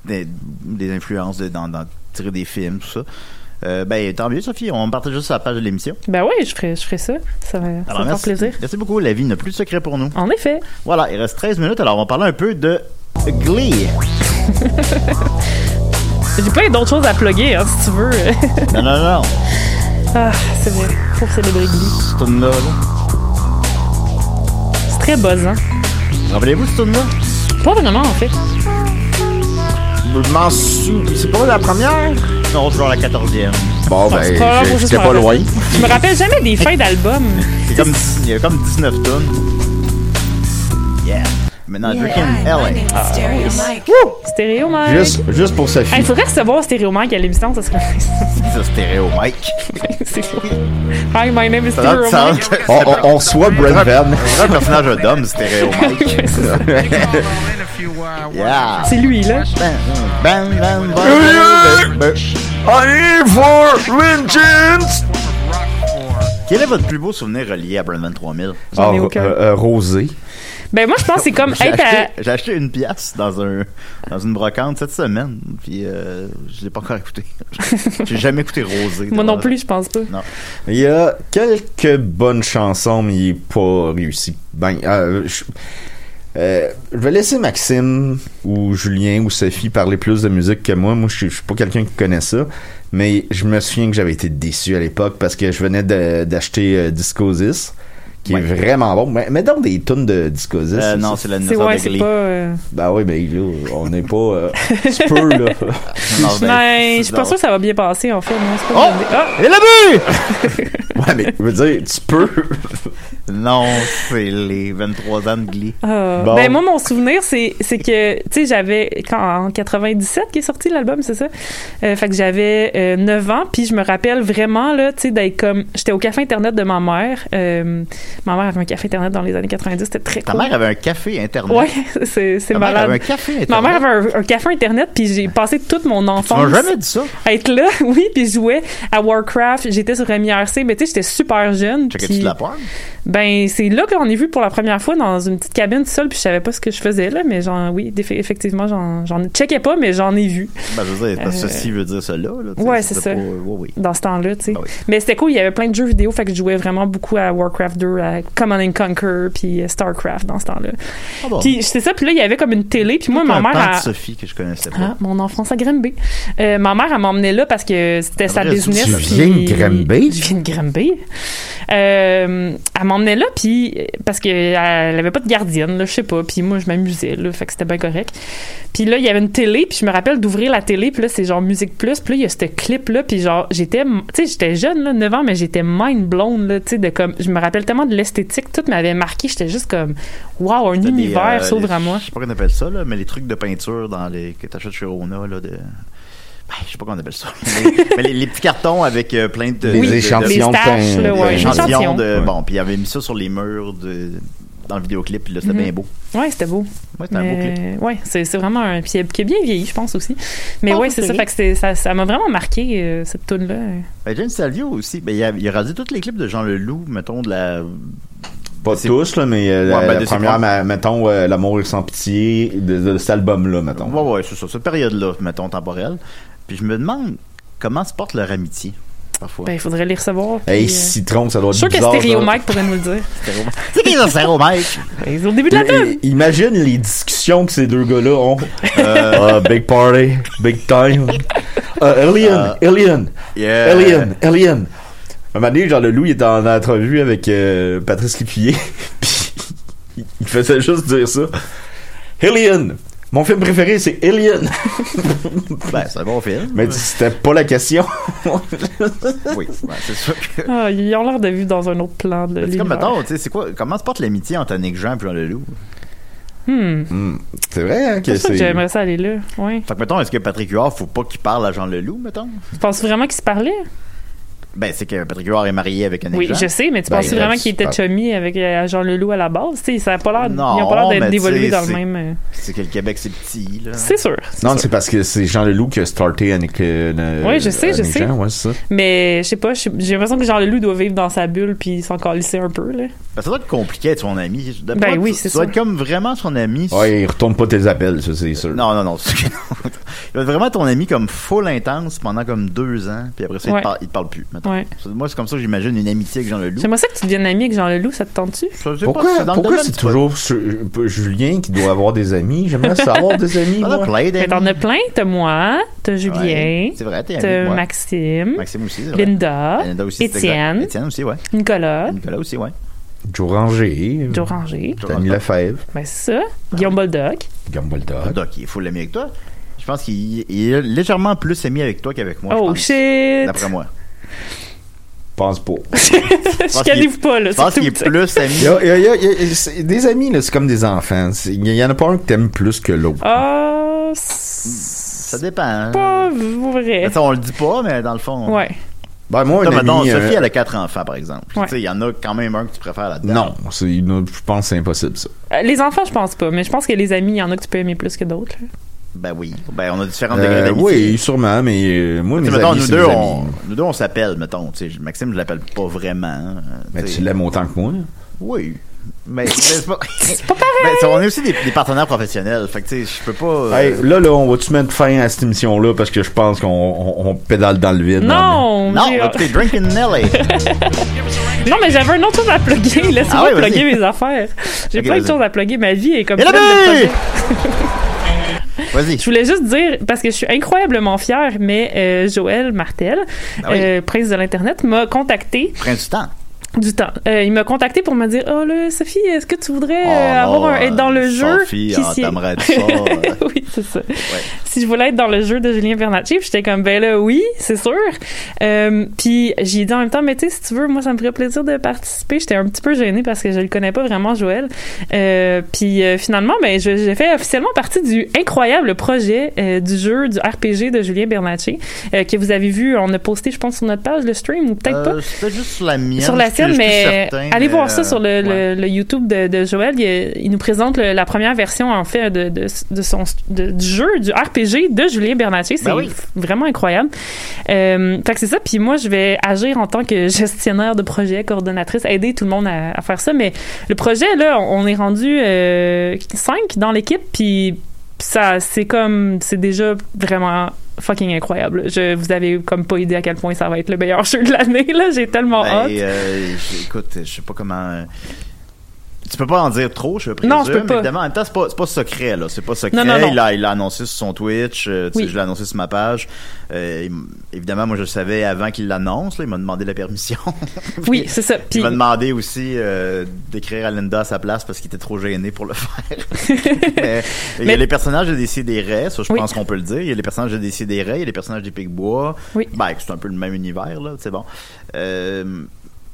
Speaker 6: des, des influences de, dans, dans tirer des films, tout ça. Euh, ben, tant mieux, Sophie. On partage juste sur la page de l'émission.
Speaker 7: Ben oui, je ferais, je ferais ça. Ça va ça va faire
Speaker 6: merci,
Speaker 7: plaisir.
Speaker 6: Merci beaucoup. La vie n'a plus de secret pour nous.
Speaker 7: En effet.
Speaker 6: Voilà, il reste 13 minutes, alors on va parler un peu de Glee.
Speaker 7: J'ai plein d'autres choses à plugger, hein, si tu veux.
Speaker 6: non, non, non.
Speaker 7: Ah, c'est vrai. Pour célébrer Glee.
Speaker 6: Cette tune-là, là.
Speaker 7: C'est très buzzant.
Speaker 6: Rappelez-vous, cette tune-là?
Speaker 7: Pas vraiment, en fait.
Speaker 8: Je m'en sou- C'est pas la première?
Speaker 6: Non, c'est genre la 14e.
Speaker 8: Bon,
Speaker 7: Ah, c'est
Speaker 8: ben,
Speaker 7: pas grave,
Speaker 8: j'ai-
Speaker 7: moi, je
Speaker 8: j'étais
Speaker 7: m'en
Speaker 8: pas
Speaker 7: rappelle.
Speaker 8: loin.
Speaker 7: Je me rappelle jamais des fins d'album.
Speaker 6: C'est comme, il y a comme 19 tonnes. Yeah. Maintenant, Drinking LA.
Speaker 7: Stéréo Mike. Stéréo Mike.
Speaker 8: Juste, juste pour Sophie.
Speaker 7: Ah, Il faudrait recevoir Stéréo Mike à l'émission, ça serait.
Speaker 6: Ça, stéréo, Mike.
Speaker 7: C'est fou. Hi, my name is
Speaker 6: Ça a
Speaker 7: Stéréo
Speaker 6: du
Speaker 7: Mike.
Speaker 6: sens.
Speaker 8: On, on, on soit Brent Van.
Speaker 6: C'est un personnage d'homme, stéréo, Mike. yeah.
Speaker 7: C'est lui, là.
Speaker 6: Bam, bam, bam.
Speaker 8: I am for vengeance!
Speaker 6: Quel est votre plus beau souvenir relié à Brandman 3000?
Speaker 7: J'en ai aucun.
Speaker 8: Ah, euh, rosé.
Speaker 7: Ben moi je pense que c'est comme
Speaker 6: J'ai
Speaker 7: être à-
Speaker 6: acheté, j'ai acheté une pièce dans un dans une brocante cette semaine, puis euh, je l'ai pas encore écouté. J'ai jamais écouté Rosé.
Speaker 7: Moi non plus, je pense pas.
Speaker 6: Non.
Speaker 8: Il y a quelques bonnes chansons, mais il est pas réussi. Ben, euh, je, euh, je vais laisser Maxime Hum, ou Julien ou Sophie parler plus de musique que moi. Moi, je suis- je suis pas quelqu'un qui connaît ça, mais je me souviens que j'avais été déçu à l'époque parce que je venais de- d'acheter euh, Discosis, qui est vraiment bon. Mais, mais donc des tonnes de Discosis.
Speaker 6: Euh, non, c'est la
Speaker 7: C'est ouais, c'est pas. euh,
Speaker 8: Ben oui, ben là, on n'est pas. euh, tu peux, là.
Speaker 7: ben, je pense pas que ça va bien passer en fait. Non, c'est pas une bonne idée.
Speaker 8: Oh! Et
Speaker 7: Ah!
Speaker 8: la but! ouais, mais je veux dire, tu peux.
Speaker 6: non, c'est les 23 ans de Glee.
Speaker 7: Ah. Ben moi mon souvenir c'est c'est que tu sais j'avais quand en 97 qui est sorti l'album c'est ça Euh, fait que j'avais euh, 9 ans puis je me rappelle vraiment là tu sais d'être comme j'étais au café internet de ma mère Euh, ma mère avait un café internet dans les années 90 c'était très
Speaker 6: Ta
Speaker 7: cool.
Speaker 6: mère avait un café internet.
Speaker 7: Ouais, c'est c'est
Speaker 6: Ta mère
Speaker 7: malade.
Speaker 6: avait un café Internet.
Speaker 7: Ma mère avait un, un café internet puis j'ai passé toute mon enfance.
Speaker 6: m'as jamais dit ça.
Speaker 7: à Être là, oui, puis je jouais à Warcraft, j'étais sur MIRC, mais tu sais j'étais super jeune.
Speaker 6: Checkais-tu
Speaker 7: puis-
Speaker 6: de la porn?
Speaker 7: Ben c'est là qu'on est vu pour la première fois dans une petite cabine seule puis je savais pas ce que je faisais là, mais genre oui, déf- effectivement j'en j'en checkais pas mais j'en ai vu.
Speaker 6: Ben, je veux dire, parce que
Speaker 7: Euh,
Speaker 6: ceci veut dire cela. Là, tu sais,
Speaker 7: Ouais, c'est
Speaker 6: c'était
Speaker 7: ça.
Speaker 6: pas- ouais, Ah oui.
Speaker 7: Dans ce temps-là, tu sais. Mais c'était cool, il y avait plein de jeux vidéo, fait que je jouais vraiment beaucoup à Warcraft 2, à Command and Conquer, puis euh, StarCraft dans ce temps-là.
Speaker 6: Ah bon?
Speaker 7: Puis c'est ça, puis là, il y avait comme une télé, puis moi, ma
Speaker 6: Un
Speaker 7: mère.
Speaker 6: père de
Speaker 7: elle-
Speaker 6: Sophie que je connaissais pas.
Speaker 7: Ah, mon enfance à Grimby. Euh, ma mère, elle m'emmenait là parce que c'était sa
Speaker 6: Ah, vrai,
Speaker 7: business.
Speaker 6: tu
Speaker 7: puis-
Speaker 6: viens de Granby?
Speaker 7: Je viens de Grimby. elle m'emmenait là puis parce qu'elle avait pas de gardienne, là, je sais pas. Puis moi, je m'amusais, là, fait que c'était bien correct. Puis là, il y avait une télé, puis je me rappelle d'ouvrir la télé, puis là, c'est genre Musique Plus, puis là, il y a ce clip-là, puis genre, j'étais, tu sais, j'étais jeune, là, 9 ans, mais j'étais mind blown, là, tu sais, de comme, je me rappelle tellement de l'esthétique, tout m'avait marqué, j'étais juste comme, waouh, un
Speaker 6: T'as des,
Speaker 7: univers
Speaker 6: euh,
Speaker 7: s'ouvre
Speaker 6: les-
Speaker 7: à moi.
Speaker 6: Je sais pas qu'on appelle ça, là, mais les trucs de peinture dans les, que t'achètes chez Rona, là, de. Ben, je sais pas comment on appelle ça. Mais, mais les, les petits cartons avec euh, plein de.
Speaker 8: Les
Speaker 6: de- de-
Speaker 8: échantillons
Speaker 6: de-
Speaker 8: de peints.
Speaker 6: des
Speaker 8: là, ouais.
Speaker 6: échantillons de.
Speaker 8: Échantillons.
Speaker 6: Bon, puis ils avaient mis ça sur les murs de, dans le vidéoclip, puis là, c'était
Speaker 7: Mhm.
Speaker 6: bien beau.
Speaker 7: Ouais, c'était beau.
Speaker 6: Ouais, c'était un beau
Speaker 7: Mais, Ouais, c'est c'est vraiment un. Puis qui a- qui a bien vieilli, je pense aussi. Mais
Speaker 6: Ah,
Speaker 7: ouais,
Speaker 6: c'est
Speaker 7: c'est ça.
Speaker 6: vrai.
Speaker 7: Fait que c'est- ça ça m'a vraiment marqué, euh, cette tune-là.
Speaker 6: Ben, James Salvio aussi, ben, il a, il a réalisé tous les clips de Jean Leloup, mettons, de la.
Speaker 8: Pas tous, là, mais euh,
Speaker 6: Ouais,
Speaker 8: la,
Speaker 6: ben,
Speaker 8: la
Speaker 6: de ces
Speaker 8: première,
Speaker 6: prom-
Speaker 8: ma- mettons, euh, L'amour est sans pitié, de, de cet album-là, mettons.
Speaker 6: Ouais, ouais, c'est ça, cette période-là, mettons, temporelle. Puis je me demande comment se porte leur amitié, parfois.
Speaker 7: Ben, il faudrait les recevoir. puis,
Speaker 8: Hey,
Speaker 7: euh,
Speaker 8: Citron, ça doit être
Speaker 7: Je suis sûr que
Speaker 8: bizarre.
Speaker 7: Stéréo
Speaker 8: là.
Speaker 7: Mike pourrait nous le dire.
Speaker 6: C'est qui ça, Stéréo Mike?
Speaker 7: Ils ont le début de la
Speaker 8: Le-
Speaker 7: tune.
Speaker 8: i- Imagine les discussions que ces deux gars-là ont. Euh, uh, big party, big time. Uh, alien, alien,
Speaker 6: yeah.
Speaker 8: alien, alien. Euh, Un moment donné, genre, le loup, il était en entrevue avec euh, Patrice Lécuyer, puis il- il faisait juste dire ça. Alien! Mon film préféré, c'est Alien!
Speaker 6: ben, c'est un bon film.
Speaker 8: Mais c'était pas la question.
Speaker 6: oui, ben, c'est sûr que.
Speaker 7: Ah, ils ont l'air de vivre dans un autre plan de
Speaker 6: Ben, C'est comme,
Speaker 7: l'univers.
Speaker 6: mettons, tu sais, c'est quoi, comment se porte l'amitié entre Nick Jean et Jean Leloup?
Speaker 7: Hmm.
Speaker 8: C'est vrai, hein, que
Speaker 7: C'est pour ça
Speaker 8: c'est.
Speaker 7: que j'aimerais ça aller là. Ouais.
Speaker 6: Fait que, mettons, est-ce que Patrick Huard, faut pas qu'il parle à Jean Leloup, mettons?
Speaker 7: Tu penses vraiment qu'ils se parlaient?
Speaker 6: Ben, c'est que Patrick Huard est marié avec Nick
Speaker 7: Oui,
Speaker 6: Jean.
Speaker 7: je sais, mais tu
Speaker 6: Ben,
Speaker 7: penses
Speaker 6: il
Speaker 7: vraiment
Speaker 6: reste-
Speaker 7: qu'ils étaient chummy avec euh, Jean Leloup à la base? Tu sais, ça a pas l'air- ils
Speaker 6: Non,
Speaker 7: n'ont pas l'air
Speaker 6: mais
Speaker 7: d'être-
Speaker 6: tu
Speaker 7: d'évoluer
Speaker 6: sais,
Speaker 7: dans le
Speaker 6: c'est-
Speaker 7: même. euh,
Speaker 6: C'est que le Québec, c'est petit, là.
Speaker 7: C'est sûr.
Speaker 8: Non, c'est parce que c'est Jean Leloup qui a starté avec. euh,
Speaker 7: Ouais, je sais, je
Speaker 8: avec
Speaker 7: sais.
Speaker 8: Jean, ouais, c'est ça.
Speaker 7: Mais je sais pas, je sais- j'ai l'impression que Jean Leloup doit vivre dans sa bulle puis s'en calisser un peu. Là.
Speaker 6: Ben, ça doit être compliqué d'être son ami. D'après
Speaker 7: Ben
Speaker 6: moi,
Speaker 7: oui,
Speaker 6: tu-
Speaker 7: c'est
Speaker 6: Tu dois
Speaker 7: ça.
Speaker 6: être comme vraiment son ami.
Speaker 8: Ouais, il retourne pas tes appels, ça, c'est sûr.
Speaker 6: Non, non, non. c'est- il doit être vraiment ton ami comme full intense pendant comme deux ans, puis après ça, il,
Speaker 7: Ouais.
Speaker 6: te parle, il te parle plus, mettons.
Speaker 7: Ouais.
Speaker 6: Ça, Moi, c'est comme ça que j'imagine une amitié avec Jean Leloup.
Speaker 7: J'aimerais ça que tu deviennes ami avec Jean Leloup, ça te tente-tu?
Speaker 6: Je sais pas si
Speaker 8: Pourquoi,
Speaker 6: dans le
Speaker 8: pourquoi
Speaker 6: domaine,
Speaker 8: c'est
Speaker 6: tu
Speaker 8: toujours ce- Julien qui doit avoir des amis? J'aimerais savoir des amis.
Speaker 6: T'en as
Speaker 8: moi.
Speaker 6: plein,
Speaker 7: Mais
Speaker 6: d'amis.
Speaker 7: T'en as plein, t'as moi, t'as Julien,
Speaker 6: Ouais, c'est vrai, t'es ami,
Speaker 7: t'as
Speaker 6: ouais.
Speaker 7: Maxime,
Speaker 6: Maxime aussi, c'est vrai.
Speaker 7: Linda,
Speaker 6: Linda aussi, c'est exact.
Speaker 7: Étienne,
Speaker 6: Étienne aussi, ouais.
Speaker 7: Nicolas,
Speaker 6: Nicolas aussi, ouais.
Speaker 8: Joe Ranger.
Speaker 7: Joe Ranger.
Speaker 8: Dany Lefebvre.
Speaker 7: ben c'est ça, Guillaume Boldoc.
Speaker 8: Gumballdoc.
Speaker 6: Doc, il faut l'aimer avec toi. Je pense qu'il il est légèrement plus ami avec toi qu'avec moi. je
Speaker 7: Oh,
Speaker 6: pense.
Speaker 7: shit!
Speaker 6: D'après moi.
Speaker 8: Pense pas.
Speaker 7: Je calive pas, là,
Speaker 6: Je pense
Speaker 7: surtout,
Speaker 6: qu'il est
Speaker 7: tu sais.
Speaker 6: plus ami.
Speaker 8: Il y a- il y a- il y a- il y a- c'est- des amis, là, c'est comme des enfants. C'est- Il y en a pas un que t'aimes plus que l'autre.
Speaker 7: Ah, c'est
Speaker 6: Ça dépend. hein.
Speaker 7: pas vrai.
Speaker 6: Mais ça, on le dit pas, mais dans le fond.
Speaker 7: Ouais.
Speaker 8: Ben, moi, un
Speaker 6: Toi,
Speaker 8: ami,
Speaker 6: mettons,
Speaker 8: euh,
Speaker 6: Sophie, elle a quatre enfants, par exemple. Tu
Speaker 7: Ouais.
Speaker 6: sais, Il y en a quand même un que tu préfères là-dedans.
Speaker 8: Non, c'est- je pense que c'est impossible, ça.
Speaker 7: Euh, Les enfants, je pense pas, mais je pense que les amis, il y en a que tu peux aimer plus que d'autres. là.
Speaker 6: Ben oui. Ben, on a différents
Speaker 8: Euh,
Speaker 6: degrés d'amitié.
Speaker 8: oui, sûrement, mais euh, moi,
Speaker 6: Tu
Speaker 8: mes
Speaker 6: sais, mettons,
Speaker 8: amis,
Speaker 6: nous,
Speaker 8: c'est
Speaker 6: deux,
Speaker 8: mes
Speaker 6: on,
Speaker 8: amis.
Speaker 6: nous deux, on s'appelle, mettons. Tu sais, Maxime, je l'appelle pas vraiment. hein,
Speaker 8: Mais
Speaker 6: sais.
Speaker 8: tu l'aimes autant que moi. hein.
Speaker 6: Oui. Mais, mais c'est pas, pareil. on est aussi des, des partenaires professionnels. Fait que, tu sais, je peux pas. euh,
Speaker 8: Hey, là, là, on va-tu mettre fin à cette émission-là parce que je pense qu'on on- on pédale dans le vide.
Speaker 7: Non,
Speaker 8: Non,
Speaker 7: j'ai-
Speaker 8: on va écouter Drinking Nelly.
Speaker 7: non, mais j'avais un autre chose à plugger. Laissez-moi
Speaker 6: Ah ouais,
Speaker 7: plugger
Speaker 6: vas-y.
Speaker 7: mes affaires. J'ai
Speaker 6: Ok,
Speaker 7: plein de
Speaker 6: vas-y.
Speaker 7: choses à plugger. Ma vie est comme
Speaker 6: Et la
Speaker 7: pleine de
Speaker 6: bille!
Speaker 7: projets.
Speaker 6: Vas-y.
Speaker 7: Je voulais juste dire, parce que je suis incroyablement fière, mais euh, Joël Martel,
Speaker 6: Ah oui.
Speaker 7: euh, prince de l'Internet, m'a contacté.
Speaker 6: Prince du temps.
Speaker 7: Du temps. Euh, il m'a contacté pour me dire Oh là, Sophie, est-ce que tu voudrais euh,
Speaker 6: Oh
Speaker 7: avoir
Speaker 6: non,
Speaker 7: un- être dans le jeu
Speaker 6: Sophie,
Speaker 7: Qui
Speaker 6: ah,
Speaker 7: s'y-
Speaker 6: t'aimerais ça. euh?
Speaker 7: oui, c'est ça. Si je voulais être dans le jeu de Julien Bernatchez, puis j'étais comme Ben là, oui, c'est sûr. Euh, puis j'ai dit en même temps Mais tu sais, si tu veux, moi, ça me ferait plaisir de participer. J'étais un petit peu gênée parce que je le connais pas vraiment, Joël. Euh, puis euh, finalement, ben, je- j'ai fait officiellement partie du incroyable projet euh, du jeu du RPG de Julien Bernatchez euh, que vous avez vu. On a posté, je pense, sur notre page le stream ou peut-être
Speaker 6: Euh,
Speaker 7: pas
Speaker 6: C'était juste sur la mienne.
Speaker 7: sur la
Speaker 6: je suis- je
Speaker 7: scène,
Speaker 6: suis
Speaker 7: mais
Speaker 6: certain,
Speaker 7: allez
Speaker 6: mais,
Speaker 7: voir ça
Speaker 6: euh,
Speaker 7: sur le, le-
Speaker 6: ouais.
Speaker 7: le YouTube de, de Joël. Il, il nous présente le- la première version, en fait, de, de, de son, de- du jeu, du RPG de Julien Bernatchez. C'est
Speaker 13: Ben oui.
Speaker 7: vraiment incroyable. Euh, fait que c'est ça. Puis moi, je vais agir en tant que gestionnaire de projet, coordonnatrice, aider tout le monde à, à faire ça. Mais le projet, là, on on est rendu euh, cinq dans l'équipe. Puis ça, c'est comme, c'est déjà vraiment fucking incroyable. Je, vous avez comme pas idée à quel point ça va être le meilleur jeu de l'année. Là, j'ai tellement
Speaker 6: Ben,
Speaker 7: hâte.
Speaker 6: euh, j- écoute, je sais pas comment. euh, Tu peux pas en dire trop, je présume.
Speaker 7: Non, je peux
Speaker 6: mais
Speaker 7: pas.
Speaker 6: Évidemment, en même temps, c'est pas, c'est pas secret, là. C'est pas secret.
Speaker 7: Non, non, non.
Speaker 6: Il l'a il l'a annoncé sur son Twitch. euh, tu sais,
Speaker 7: Oui.
Speaker 6: Je l'ai annoncé sur ma page. Euh, il m- évidemment, moi, je le savais avant qu'il l'annonce. là. Il m'a demandé la permission.
Speaker 7: Oui, c'est ça. Puis-
Speaker 6: Il m'a demandé aussi euh, d'écrire à Linda à sa place parce qu'il était trop gêné pour le faire. mais, il y a
Speaker 7: Mais-
Speaker 6: les personnages de Décideret, ça, je
Speaker 7: Oui.
Speaker 6: pense qu'on peut le dire. Il y a les personnages de Décideret, il y a les personnages des Picbois.
Speaker 7: Oui.
Speaker 6: Ben, c'est un peu le même univers, là, c'est bon. Euh,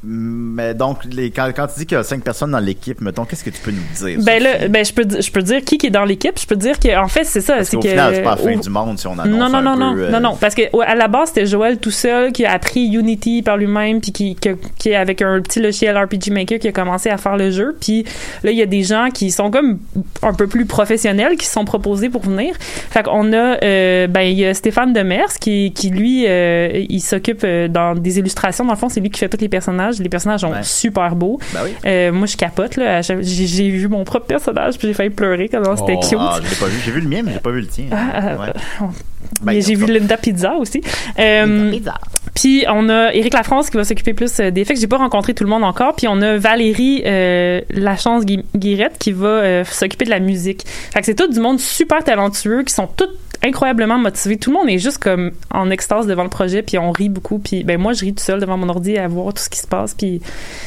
Speaker 6: mais donc, les, quand, quand tu dis qu'il y a cinq personnes dans l'équipe, mettons, qu'est-ce que tu peux nous dire?
Speaker 7: Ben là, ben je peux, di- je peux dire qui qui est dans l'équipe. Je peux dire que en fait c'est ça,
Speaker 6: Parce
Speaker 7: c'est
Speaker 6: qu'au
Speaker 7: que
Speaker 6: final, c'est pas la fin
Speaker 7: au-
Speaker 6: du monde si on annonce
Speaker 7: non, non,
Speaker 6: un
Speaker 7: non, non,
Speaker 6: peu, euh,
Speaker 7: non, non, parce que ouais, à la base c'était Joël tout seul qui a appris Unity par lui-même, puis qui, que- qui est avec un petit logiciel RPG Maker qui a commencé à faire le jeu, puis là il y a des gens qui sont comme un peu plus professionnels qui se sont proposés pour venir. Fait qu'on a, euh, ben il y a Stéphane Demers qui, qui lui, euh, il s'occupe euh, dans des illustrations. Dans le fond, c'est lui qui fait tous les personnages. Les personnages sont
Speaker 13: Ouais.
Speaker 7: super beaux.
Speaker 13: Ben oui.
Speaker 7: Euh, moi je capote là. J'ai- J'ai vu mon propre personnage, puis j'ai failli pleurer comment c'était
Speaker 6: oh,
Speaker 7: cute.
Speaker 6: ah, je l'ai pas vu. J'ai vu le mien, mais j'ai pas vu le tien.
Speaker 7: Ah,
Speaker 6: Ouais. ben,
Speaker 7: Mais j'ai vu Linda Pizza aussi. Euh, Puis on a Éric Lafrance qui va s'occuper plus euh, des faits que j'ai pas rencontré tout le monde encore. Puis on a Valérie euh, Lachance Gui- Guirette qui va euh, s'occuper de la musique. Fait que c'est tout du monde super talentueux qui sont tous incroyablement motivés. Tout le monde est juste comme en extase devant le projet puis on rit beaucoup puis ben moi je ris tout seul devant mon ordi à voir tout ce qui se passe puis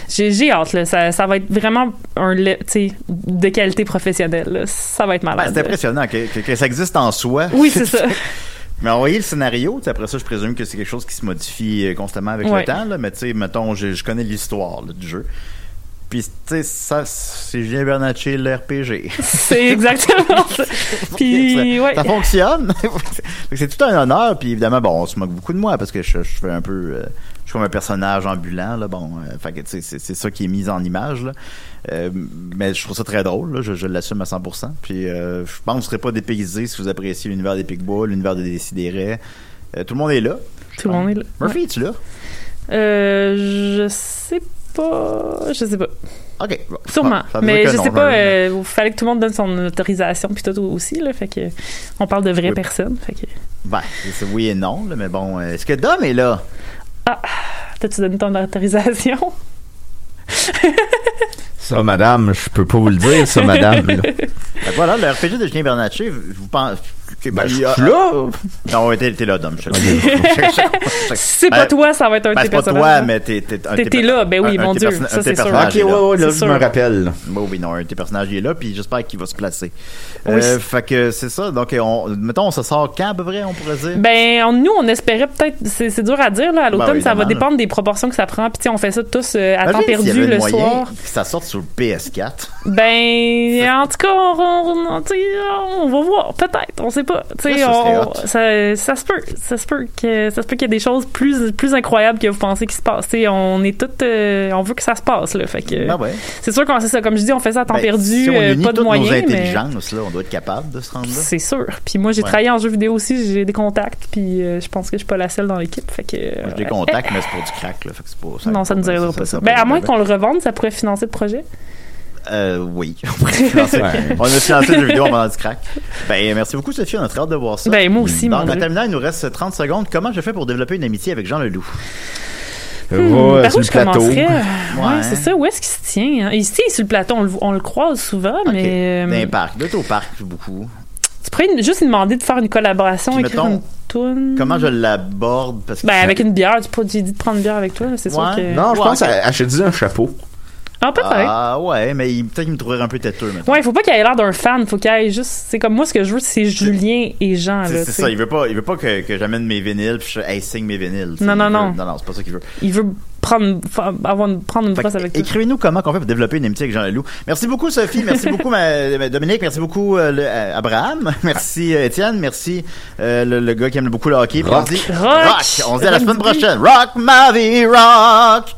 Speaker 7: j'ai j'ai hâte là ça, ça va être vraiment un lait, tu sais de qualité professionnelle là. ça va être
Speaker 6: Ben,
Speaker 7: malade
Speaker 6: c'est impressionnant que, que- que ça existe en soi.
Speaker 7: euh, Oui, c'est ça.
Speaker 6: Mais envoyer le scénario, tu sais, après ça, je présume que c'est quelque chose qui se modifie euh, constamment avec
Speaker 7: Ouais.
Speaker 6: le temps. là. mais tu sais, mettons, je, je connais l'histoire là, du jeu. Puis, tu sais, ça, c'est Julien Bernatchez, l'RPG.
Speaker 7: c'est exactement ça puis
Speaker 6: ça,
Speaker 7: ouais
Speaker 6: ça fonctionne. Fait que c'est tout un honneur. Puis évidemment, bon, on se moque beaucoup de moi parce que je, je fais un peu. euh, je suis comme un personnage ambulant. Là, bon, euh, fait que, tu sais, c'est, c'est ça qui est mis en image. Là. Euh, mais je trouve ça très drôle. là, je, je l'assume à 100%. Puis euh, je pense que vous serez pas dépaysé si vous appréciez l'univers des Picbois, l'univers des Décidérés. tout le monde est là.
Speaker 7: Tout le monde est là.
Speaker 6: Murphy,
Speaker 7: Ouais.
Speaker 6: es-tu là?
Speaker 7: Euh, je sais pas. Je sais pas.
Speaker 6: OK. bon,
Speaker 7: Sûrement.
Speaker 6: Ah, ça veut dire
Speaker 7: mais
Speaker 6: que
Speaker 7: je
Speaker 6: non,
Speaker 7: sais pas. euh,
Speaker 6: je-
Speaker 7: Il fallait que tout le monde donne son autorisation puis tout aussi là. Fait que on parle de vraies
Speaker 6: Oui.
Speaker 7: personnes. Fait que
Speaker 6: Ben, c'est oui et non, là, mais bon. euh, Est-ce que Dom est là?
Speaker 7: t'as-tu donné ton autorisation
Speaker 8: Ça, madame, je peux pas vous le dire, ça, madame. là.
Speaker 6: Fait que voilà, le RPG de Julien Bernatchez, vous pensez.
Speaker 8: Ben, je suis là.
Speaker 6: Non, ouais, t'es t'es là, Dom. je te le dis.
Speaker 7: C'est
Speaker 6: Ben,
Speaker 7: pas toi, ça va être un de
Speaker 6: ben,
Speaker 7: tes
Speaker 6: c'est pas
Speaker 7: personnages.
Speaker 6: toi, mais t'es t'es- un de
Speaker 7: T'es-
Speaker 6: tes
Speaker 7: t'es
Speaker 6: per-
Speaker 7: là, ben oui,
Speaker 6: un- un
Speaker 7: mon
Speaker 6: de tes
Speaker 7: Dieu,
Speaker 6: perso- un
Speaker 7: ça,
Speaker 6: de tes
Speaker 7: c'est sûr. Ok,
Speaker 6: personnages est Ah, là.
Speaker 7: ouais, ouais, là, C'est je me sûr. rappelle.
Speaker 6: Bon, oui, non, un de tes personnages il est là, puis j'espère qu'il va se placer.
Speaker 7: Oui.
Speaker 6: Euh, Fait que c'est ça. Donc, euh, on, mettons, on se sort quand à peu près, on pourrait dire.
Speaker 7: Ben, on- nous, on espérait peut-être. C'est c'est dur à dire, là. À l'automne,
Speaker 6: Ben,
Speaker 7: ça va
Speaker 6: évidemment,
Speaker 7: dépendre des proportions que ça prend. Puis, tu sais, on fait ça tous euh, à temps
Speaker 6: Imagine s'il y
Speaker 7: perdu
Speaker 6: avait
Speaker 7: le
Speaker 6: moyen
Speaker 7: soir.
Speaker 6: Que ça sorte sur le PS4.
Speaker 7: Ben, en tout cas, on, on- on- tu sais, on va voir, peut-être, on sait sais pas. Tu sais,
Speaker 6: Ça, ça serait
Speaker 7: on-
Speaker 6: hot.
Speaker 7: ça, ça se peut. Ça se peut que ça se peut qu'il y ait des choses plus plus incroyables que vous pensez qui se passent. Tu sais, on est toutes, euh, on veut que ça se passe là. Fait que.
Speaker 6: Ah ouais.
Speaker 7: C'est sûr qu'on c'est ça. Comme je dis, on fait ça à temps
Speaker 6: Ben,
Speaker 7: perdu,
Speaker 6: si on
Speaker 7: euh,
Speaker 6: unit
Speaker 7: pas de
Speaker 6: toutes
Speaker 7: moyens.
Speaker 6: nos
Speaker 7: mais-
Speaker 6: intelligences, là, on doit être capable de se rendre là.
Speaker 7: C'est sûr. Puis moi, j'ai
Speaker 6: Ouais.
Speaker 7: travaillé en jeu vidéo aussi, j'ai des contacts, puis euh, je pense que je suis pas la seule dans l'équipe. Fait que. euh,
Speaker 6: Moi, j'ai des contacts, mais c'est pour du crack, là. Fait que c'est pas,
Speaker 7: non, ça ne nous aidera pas. ça. Ben, à moins qu'on le revende, ça pourrait financer le projet.
Speaker 6: Euh, oui. On pourrait financer-
Speaker 7: Ouais.
Speaker 6: On a financé le jeu vidéo en vendant du crack. Ben, merci beaucoup, Sophie. On a très hâte de voir ça.
Speaker 7: Ben, moi aussi, mon
Speaker 6: Donc, en
Speaker 7: Dieu.
Speaker 6: terminant, il nous reste 30 secondes. Comment je fais pour développer une amitié avec Jean Leloup?
Speaker 8: euh,
Speaker 7: Hmm, par où je commencerais? Ouais, c'est ça. Où est-ce qu'il se tient? hein? Ici, sur le plateau, on le, on le croise souvent, mais. euh,
Speaker 6: D'un parc, d'autoparc, beaucoup.
Speaker 7: Tu pourrais une- juste lui demander de faire une collaboration,
Speaker 6: Puis,
Speaker 7: écrire
Speaker 6: mettons,
Speaker 7: une toune.
Speaker 6: Comment je l'aborde? Parce que
Speaker 7: Ben, avec une bière, tu peux j'ai dit de prendre une bière avec toi, c'est sûr que.
Speaker 8: Non, je pense
Speaker 6: ok.
Speaker 8: à acheter un chapeau.
Speaker 7: Ah, peut-être.
Speaker 6: Ah, ouais, mais il- peut-être qu'il me trouverait un peu têteux, maintenant.
Speaker 7: Ouais, faut pas qu'il ait l'air d'un fan, faut qu'il ait juste. C'est comme moi, ce que je veux, c'est Julien et Jean, là.
Speaker 6: C'est c'est
Speaker 7: tu sais.
Speaker 6: ça, il veut pas, il veut pas que, que j'amène mes vinyles puis je hey, signe mes vinyles. tu sais,
Speaker 7: Non, non,
Speaker 6: il veut-
Speaker 7: non.
Speaker 6: Non, non, c'est pas ça qu'il veut.
Speaker 7: Il veut prendre, fa- avoir une, prendre une
Speaker 6: Fait
Speaker 7: place
Speaker 6: que
Speaker 7: avec toi.
Speaker 6: Écrivez-nous comment on fait pour développer une amitié avec Jean Leloup. Merci beaucoup, Sophie. Merci beaucoup, ma- ma- Dominique. Merci beaucoup, euh, le- euh, Abraham. Merci, euh, Étienne. Merci, euh, le, le gars qui aime beaucoup le hockey. Puis
Speaker 8: Rock.
Speaker 6: On se dit,
Speaker 8: Rock.
Speaker 6: rock. On se dit à la semaine
Speaker 8: Rock.
Speaker 6: prochaine. Rock ma vie, rock.